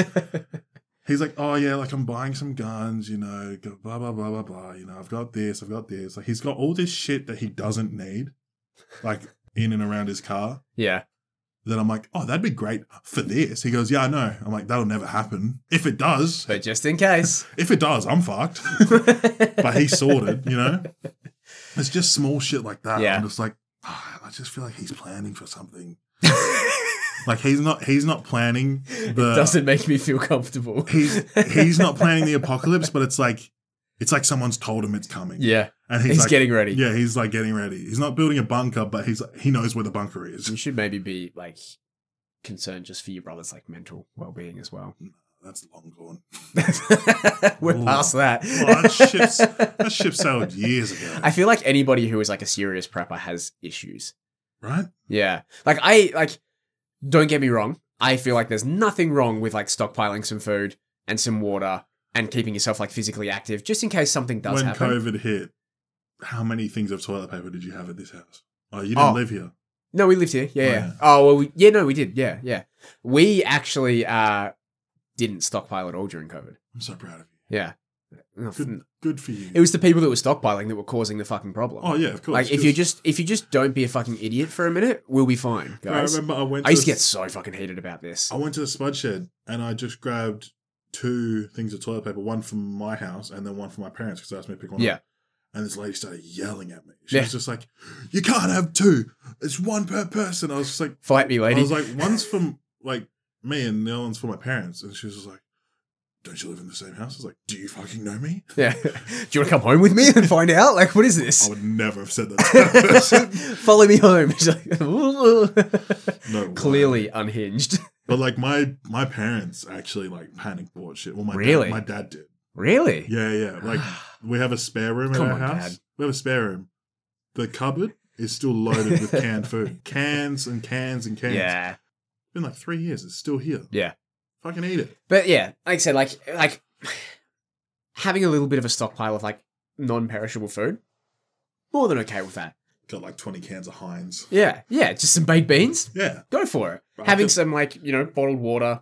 he's like, oh yeah, like I'm buying some guns, you know, go blah blah blah blah blah. You know, I've got this, I've got this. Like he's got all this shit that he doesn't need, like in and around his car.
yeah.
That I'm like, oh, that'd be great for this. He goes, yeah, I know. I'm like, that'll never happen. If it does,
But just in case.
if it does, I'm fucked. but
but
he sorted, you know? It's just small shit like that.
Yeah.
I'm just like, "Ah, I just feel like he's planning for something. uh, Like he's not he's not planning the
doesn't make me feel comfortable.
he's he's not planning the apocalypse, but it's like it's like someone's told him it's coming.
Yeah.
And
He's,
he's, like
getting ready.
Yeah, he's like getting ready. He's not building a bunker, but he's he knows where the bunker
You
is.
should maybe be like concerned just for your brother's like mental well being as well.
That's long gone.
We're
Ooh.
past that.
Well, that ship's that ship sailed years ago.
I feel like anybody who is like a serious prepper has issues.
right?
Yeah. Like I like don't get me wrong, I feel like there's nothing wrong with like stockpiling some food and some water and keeping yourself like physically active just in case something does
when
happen.
COVID hit, how many things of toilet paper did you have at this house? Oh, you didn't
Oh.
live here.
No, we lived here. Yeah,
Oh,
yeah.
yeah.
Oh, well we, yeah, no, we did. Yeah, yeah. We actually uh didn't stockpile at all during COVID.
I'm so proud of you.
Yeah.
Good, good for you.
It was the people that were stockpiling that were causing the fucking problem.
oh yeah, of course.
like if you just if you just don't be a fucking idiot for a minute, we'll be fine,
I
guys.
remember I went.
I
to
used to
the-
get so fucking heated about this.
I went to the spud shed and I just grabbed two things of toilet paper, one from my house and then one from my parents because they asked me to pick one.
Yeah.
Up. And this lady started yelling at me. She
Yeah.
was just like, "You can't have two. It's one per person." I was just like,
Fight me, lady.
I was like, "One's from like me and the other one's for my parents." And she was just like, "Don't you live in the same house?" I was like, "Do you fucking know me?"
Yeah. Do you want to come home with me and find out? Like, what is
I
this?
would never have said that to that person.
Follow me home. She's like, "Ooh."
No, way.
Clearly unhinged.
But like my my parents actually like panic bought shit. Well, my
Really?
dad, my dad did.
Really?
Yeah, yeah. Like we have a spare room in
Come
our
on,
house.
Dad.
We have a spare room. The cupboard is still loaded with canned food, cans and cans and cans.
Yeah.
It's been like three years. It's still here.
Yeah.
Fucking eat it.
But yeah, like I said, like like having a little bit of a stockpile of like non-perishable food more than okay with that.
Got like 20 cans of Heinz.
Yeah, yeah, just some baked beans.
Yeah.
Go for it.
Right.
Having some like you know bottled water,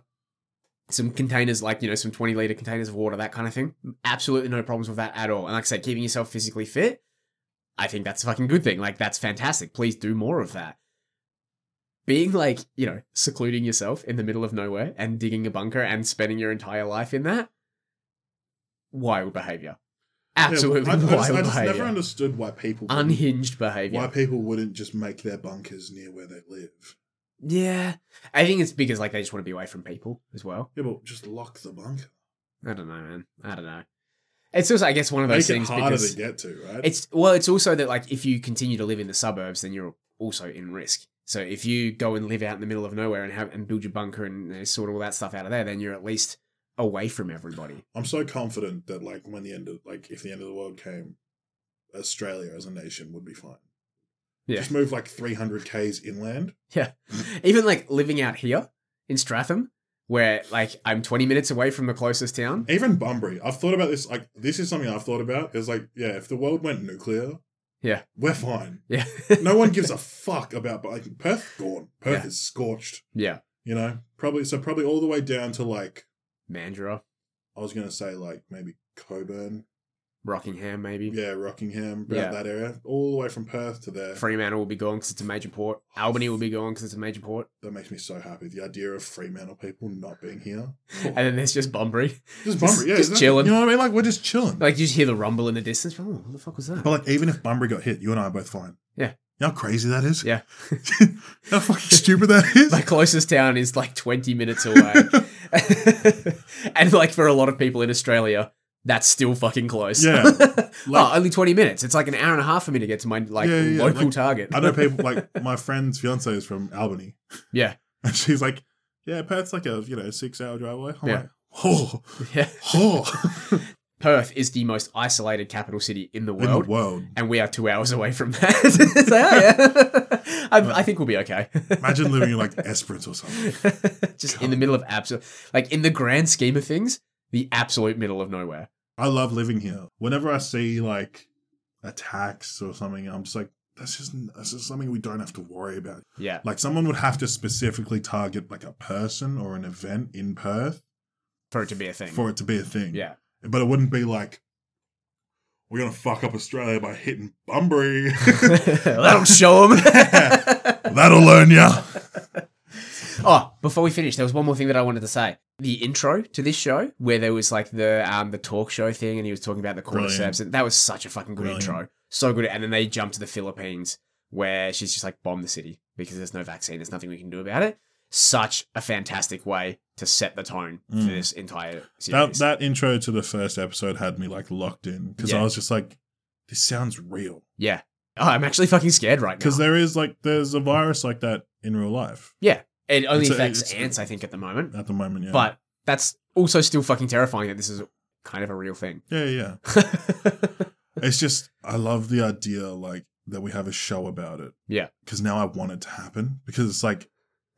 some containers like you know some twenty liter containers of water, that kind of thing. Absolutely no problems with that at all. And like I said, keeping yourself physically fit, I think that's a fucking good thing. Like that's fantastic. Please do more of that. Being like you know secluding yourself in the middle of nowhere and digging a bunker and spending your entire life in that, wild behavior. Absolutely
Yeah, I, I
wild
just, I just
behavior.
never understood why people wouldn't-
Unhinged behavior.
why people wouldn't just make their bunkers near where they live.
Yeah. I think it's because like they just want to be away from people as well.
Yeah, but just lock the bunker.
I don't know, man. I don't know. It's also I guess one of
Make
those
it
things
harder
because
to get to, right?
it's well, it's also that like if you continue to live in the suburbs, then you're also in risk. So if you go and live out in the middle of nowhere and have and build your bunker and you know, sort all that stuff out of there, then you're at least away from everybody.
I'm so confident that like when the end of like if the end of the world came, Australia as a nation would be fine.
Yeah.
Just move like 300 k's inland.
Even like living out here in Stratham, where like I'm 20 minutes away from the closest town.
Even Bunbury. I've thought about this. Like this is something I've thought about. It's like yeah, if the world went nuclear,
Yeah.
we're fine.
Yeah,
No one gives a fuck about but like Perth gone. Perth
Yeah.
is scorched.
yeah,
You know, probably so probably all the way down to like
Mandurah,
I was gonna say like maybe Coburn,
Rockingham, maybe.
yeah, Rockingham, about
Yeah.
that area, all the way from Perth to there.
Fremantle will be gone because it's a major port. Albany will be gone because it's a major port.
That makes me so happy. The idea of Fremantle people not being here.
And then there's just Bunbury.
Just
Just-
Bunbury, yeah,
just
isn't it?
chilling.
You know what I mean? Like we're just chilling.
Like you just hear the rumble in the distance. Oh, what the fuck was that?
but like even if Bunbury got hit, you and I are both fine.
Yeah.
You know how crazy that is?
Yeah.
how fucking stupid that is.
My closest town is like 20 minutes away. and like for a lot of people in Australia, that's still fucking close.
Yeah,
oh, only 20 minutes. It's like an hour and a half for me to get to my like
Yeah, yeah, yeah,
local
like,
target.
I know people like my friend's fiance is from Albany.
Yeah.
And she's like, Yeah, Perth's like a you know, six hour drive away. I'm
Yeah.
like, Oh,
yeah.
oh
Perth is the most isolated capital city in the
in the
world.
world.
and we are two hours away from that. It's like, oh, yeah. I, I think we'll be okay.
Imagine living in like Esperance or something.
just in the middle of absolute, like in the grand scheme of things, the absolute middle of nowhere.
I love living here. Whenever I see like attacks or something, I'm just like, that's just that's just something we don't have to worry about.
Yeah,
Like someone would have to specifically target like a person or an event in Perth
for it to be a thing.
for it to be a thing.
yeah,
But it wouldn't be like we're gonna fuck up Australia by hitting Bunbury.
that'll show them.
That'll learn ya.
oh, before we finish, there was one more thing that I wanted to say. The intro to this show, where there was like the um the talk show thing, and he was talking about the cordyceps,
Brilliant.
and that was such a fucking good
Brilliant.
intro, so good. And then they jump to the Philippines, where she's just like bomb the city because there's no vaccine, there's nothing we can do about it. Such a fantastic way to set the tone for
Mm.
this entire
That
series.
that intro to the first episode had me like locked in because
Yeah.
I was just like, this sounds real.
yeah, oh, I'm actually fucking scared right now.
Because there is like there's a virus like that in real life
It only
it's a-
affects
it's-
ants, I think, at the moment.
at the moment. Yeah,
But that's also still fucking terrifying that this is kind of a real thing.
yeah, yeah. It's just I love the idea like that we have a show about it.
Yeah.
Because now I want it to happen because it's like,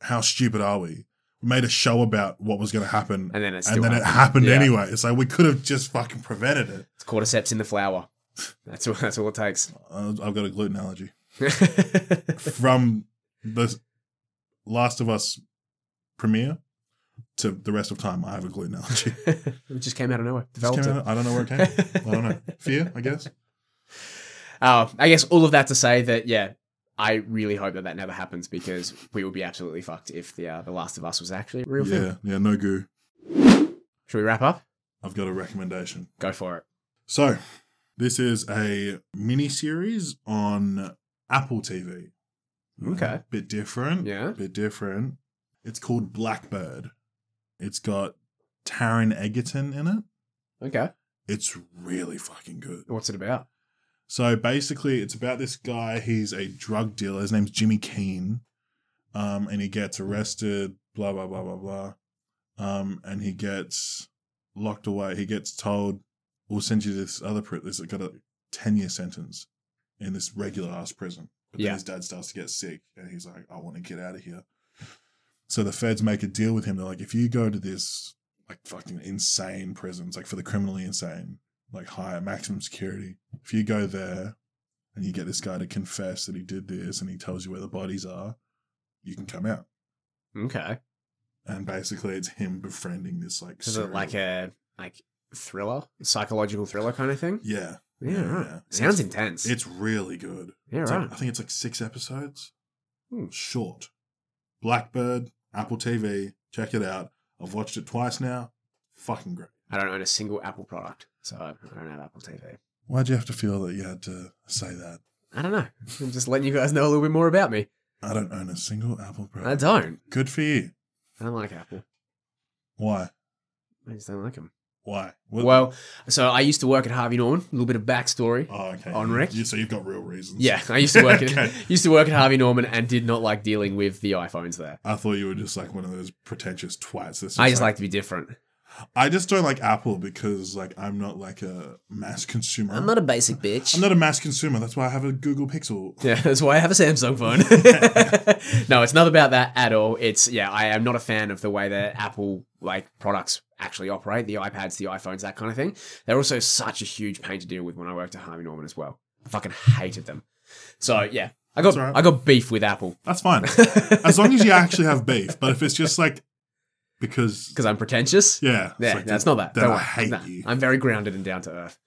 how stupid are we? We made a show about what was going to happen, and,
and then it's still
then
happening.
it happened
Yeah.
anyway. It's like we could have just fucking prevented it.
It's cordyceps in the flower. That's all. That's all it takes.
Uh, I've got a gluten allergy from the Last of Us premiere to the rest of time. I have a gluten allergy. It
it just came out of nowhere.
just
Developed
came
it.
out- I don't know where it came. I don't know. Fear, I guess.
Uh, I guess all of that to say that yeah, I really hope that that never happens because we will be absolutely fucked if the uh, the Last of Us was actually a real thing.
Yeah, yeah. No goo.
Should we wrap up?
I've got a recommendation.
Go for it.
So, this is a mini series on Apple TV.
Okay.
Bit different.
Yeah.
Bit different. It's called Blackbird. It's got Taryn Egerton in it.
Okay.
It's really fucking good.
What's it about?
So basically, it's about this guy. He's a drug dealer. His name's Jimmy Keane, um, and he gets arrested. Blah blah blah blah blah, um, and he gets locked away. He gets told, "We'll send you to this other prison. This got a ten year sentence in this regular ass prison." But then
Yeah.
his dad starts to get sick, and he's like, "I want to get out of here." So the feds make a deal with him. They're like, "If you go to this like fucking insane prisons, like for the criminally insane, like higher maximum security." if you go there and you get this guy to confess that he did this and he tells you where the bodies are, you can come out.
Okay.
And basically, it's him befriending this like.
Is it
serial-
like a like thriller, psychological thriller kind of thing?
Yeah,
Yeah.
yeah,
right.
yeah.
Sounds
It's-
intense.
it's really good.
yeah,
It's
right.
like- I think it's like six episodes.
Hmm.
Short. Blackbird, Apple TV. Check it out. I've watched it twice now. Fucking great.
I don't own a single Apple product, so I don't have Apple TV.
Why'd you have to feel that you had to say that?
I don't know. I'm just letting you guys know a little bit more about me.
I don't own a single Apple
I
product.
don't.
Good for you.
I don't like Apple.
Why?
I just don't like them.
Why? What-
Well, so I used to work at Harvey Norman. A little bit of backstory.
oh, okay.
on Rick?
You, so you've got real reasons.
Yeah, I used to work
Okay.
at used to work at Harvey Norman and did not like dealing with the iPhones there.
I thought you were just like one of those pretentious twats. That's
I just like to be different.
I just don't like Apple because like I'm not like a mass consumer.
a basic bitch.
I'm not a mass consumer. That's why I have a Google Pixel.
yeah, that's why I have a Samsung phone. no, it's not about that at all. It's yeah, I am not a fan of the way that Apple like products actually operate. The iPads, the iPhones, that kind of thing. They're also such a huge pain to deal with when I worked at Harvey Norman as well. I fucking hated them. So yeah, I got
It's all right.
I got beef with Apple
That's fine.
because
as long as you actually have beef. But if it's just like because
I'm pretentious.
yeah, it's
Yeah,
like,
that's not that.
then
Don't
I
worry.
hate
Nah,
you.
I'm very grounded and down to earth.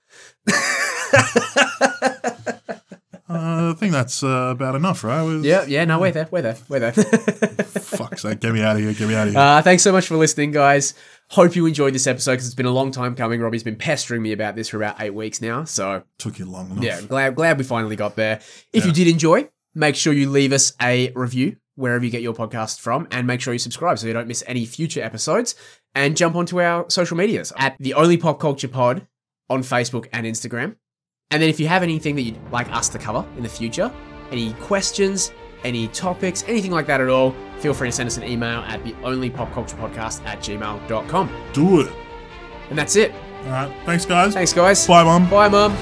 uh, I think that's uh, about enough, right? Was-
yeah, yeah. No, we're there. We're there. We're there.
Fuck's sake, get me out of here. Get me out of here.
uh, thanks so much for listening, guys. Hope you enjoyed this episode because it's been a long time coming. Robbie's been pestering me about this for about eight weeks now. So
Took you long enough.
yeah, glad glad we finally got there. If you
Yeah.
did enjoy, make sure you leave us a review wherever you get your podcast from, and make sure you subscribe so you don't miss any future episodes. And jump onto our social medias at the Only Pop Culture Pod on Facebook and Instagram. And then if you have anything that you'd like us to cover in the future, any questions, any topics, anything like that at all, feel free to send us an email at the only pop culture podcast at gmail.com.
Do it.
And that's it.
All right. Thanks, guys.
Thanks, guys.
Bye, mum.
Bye Mum.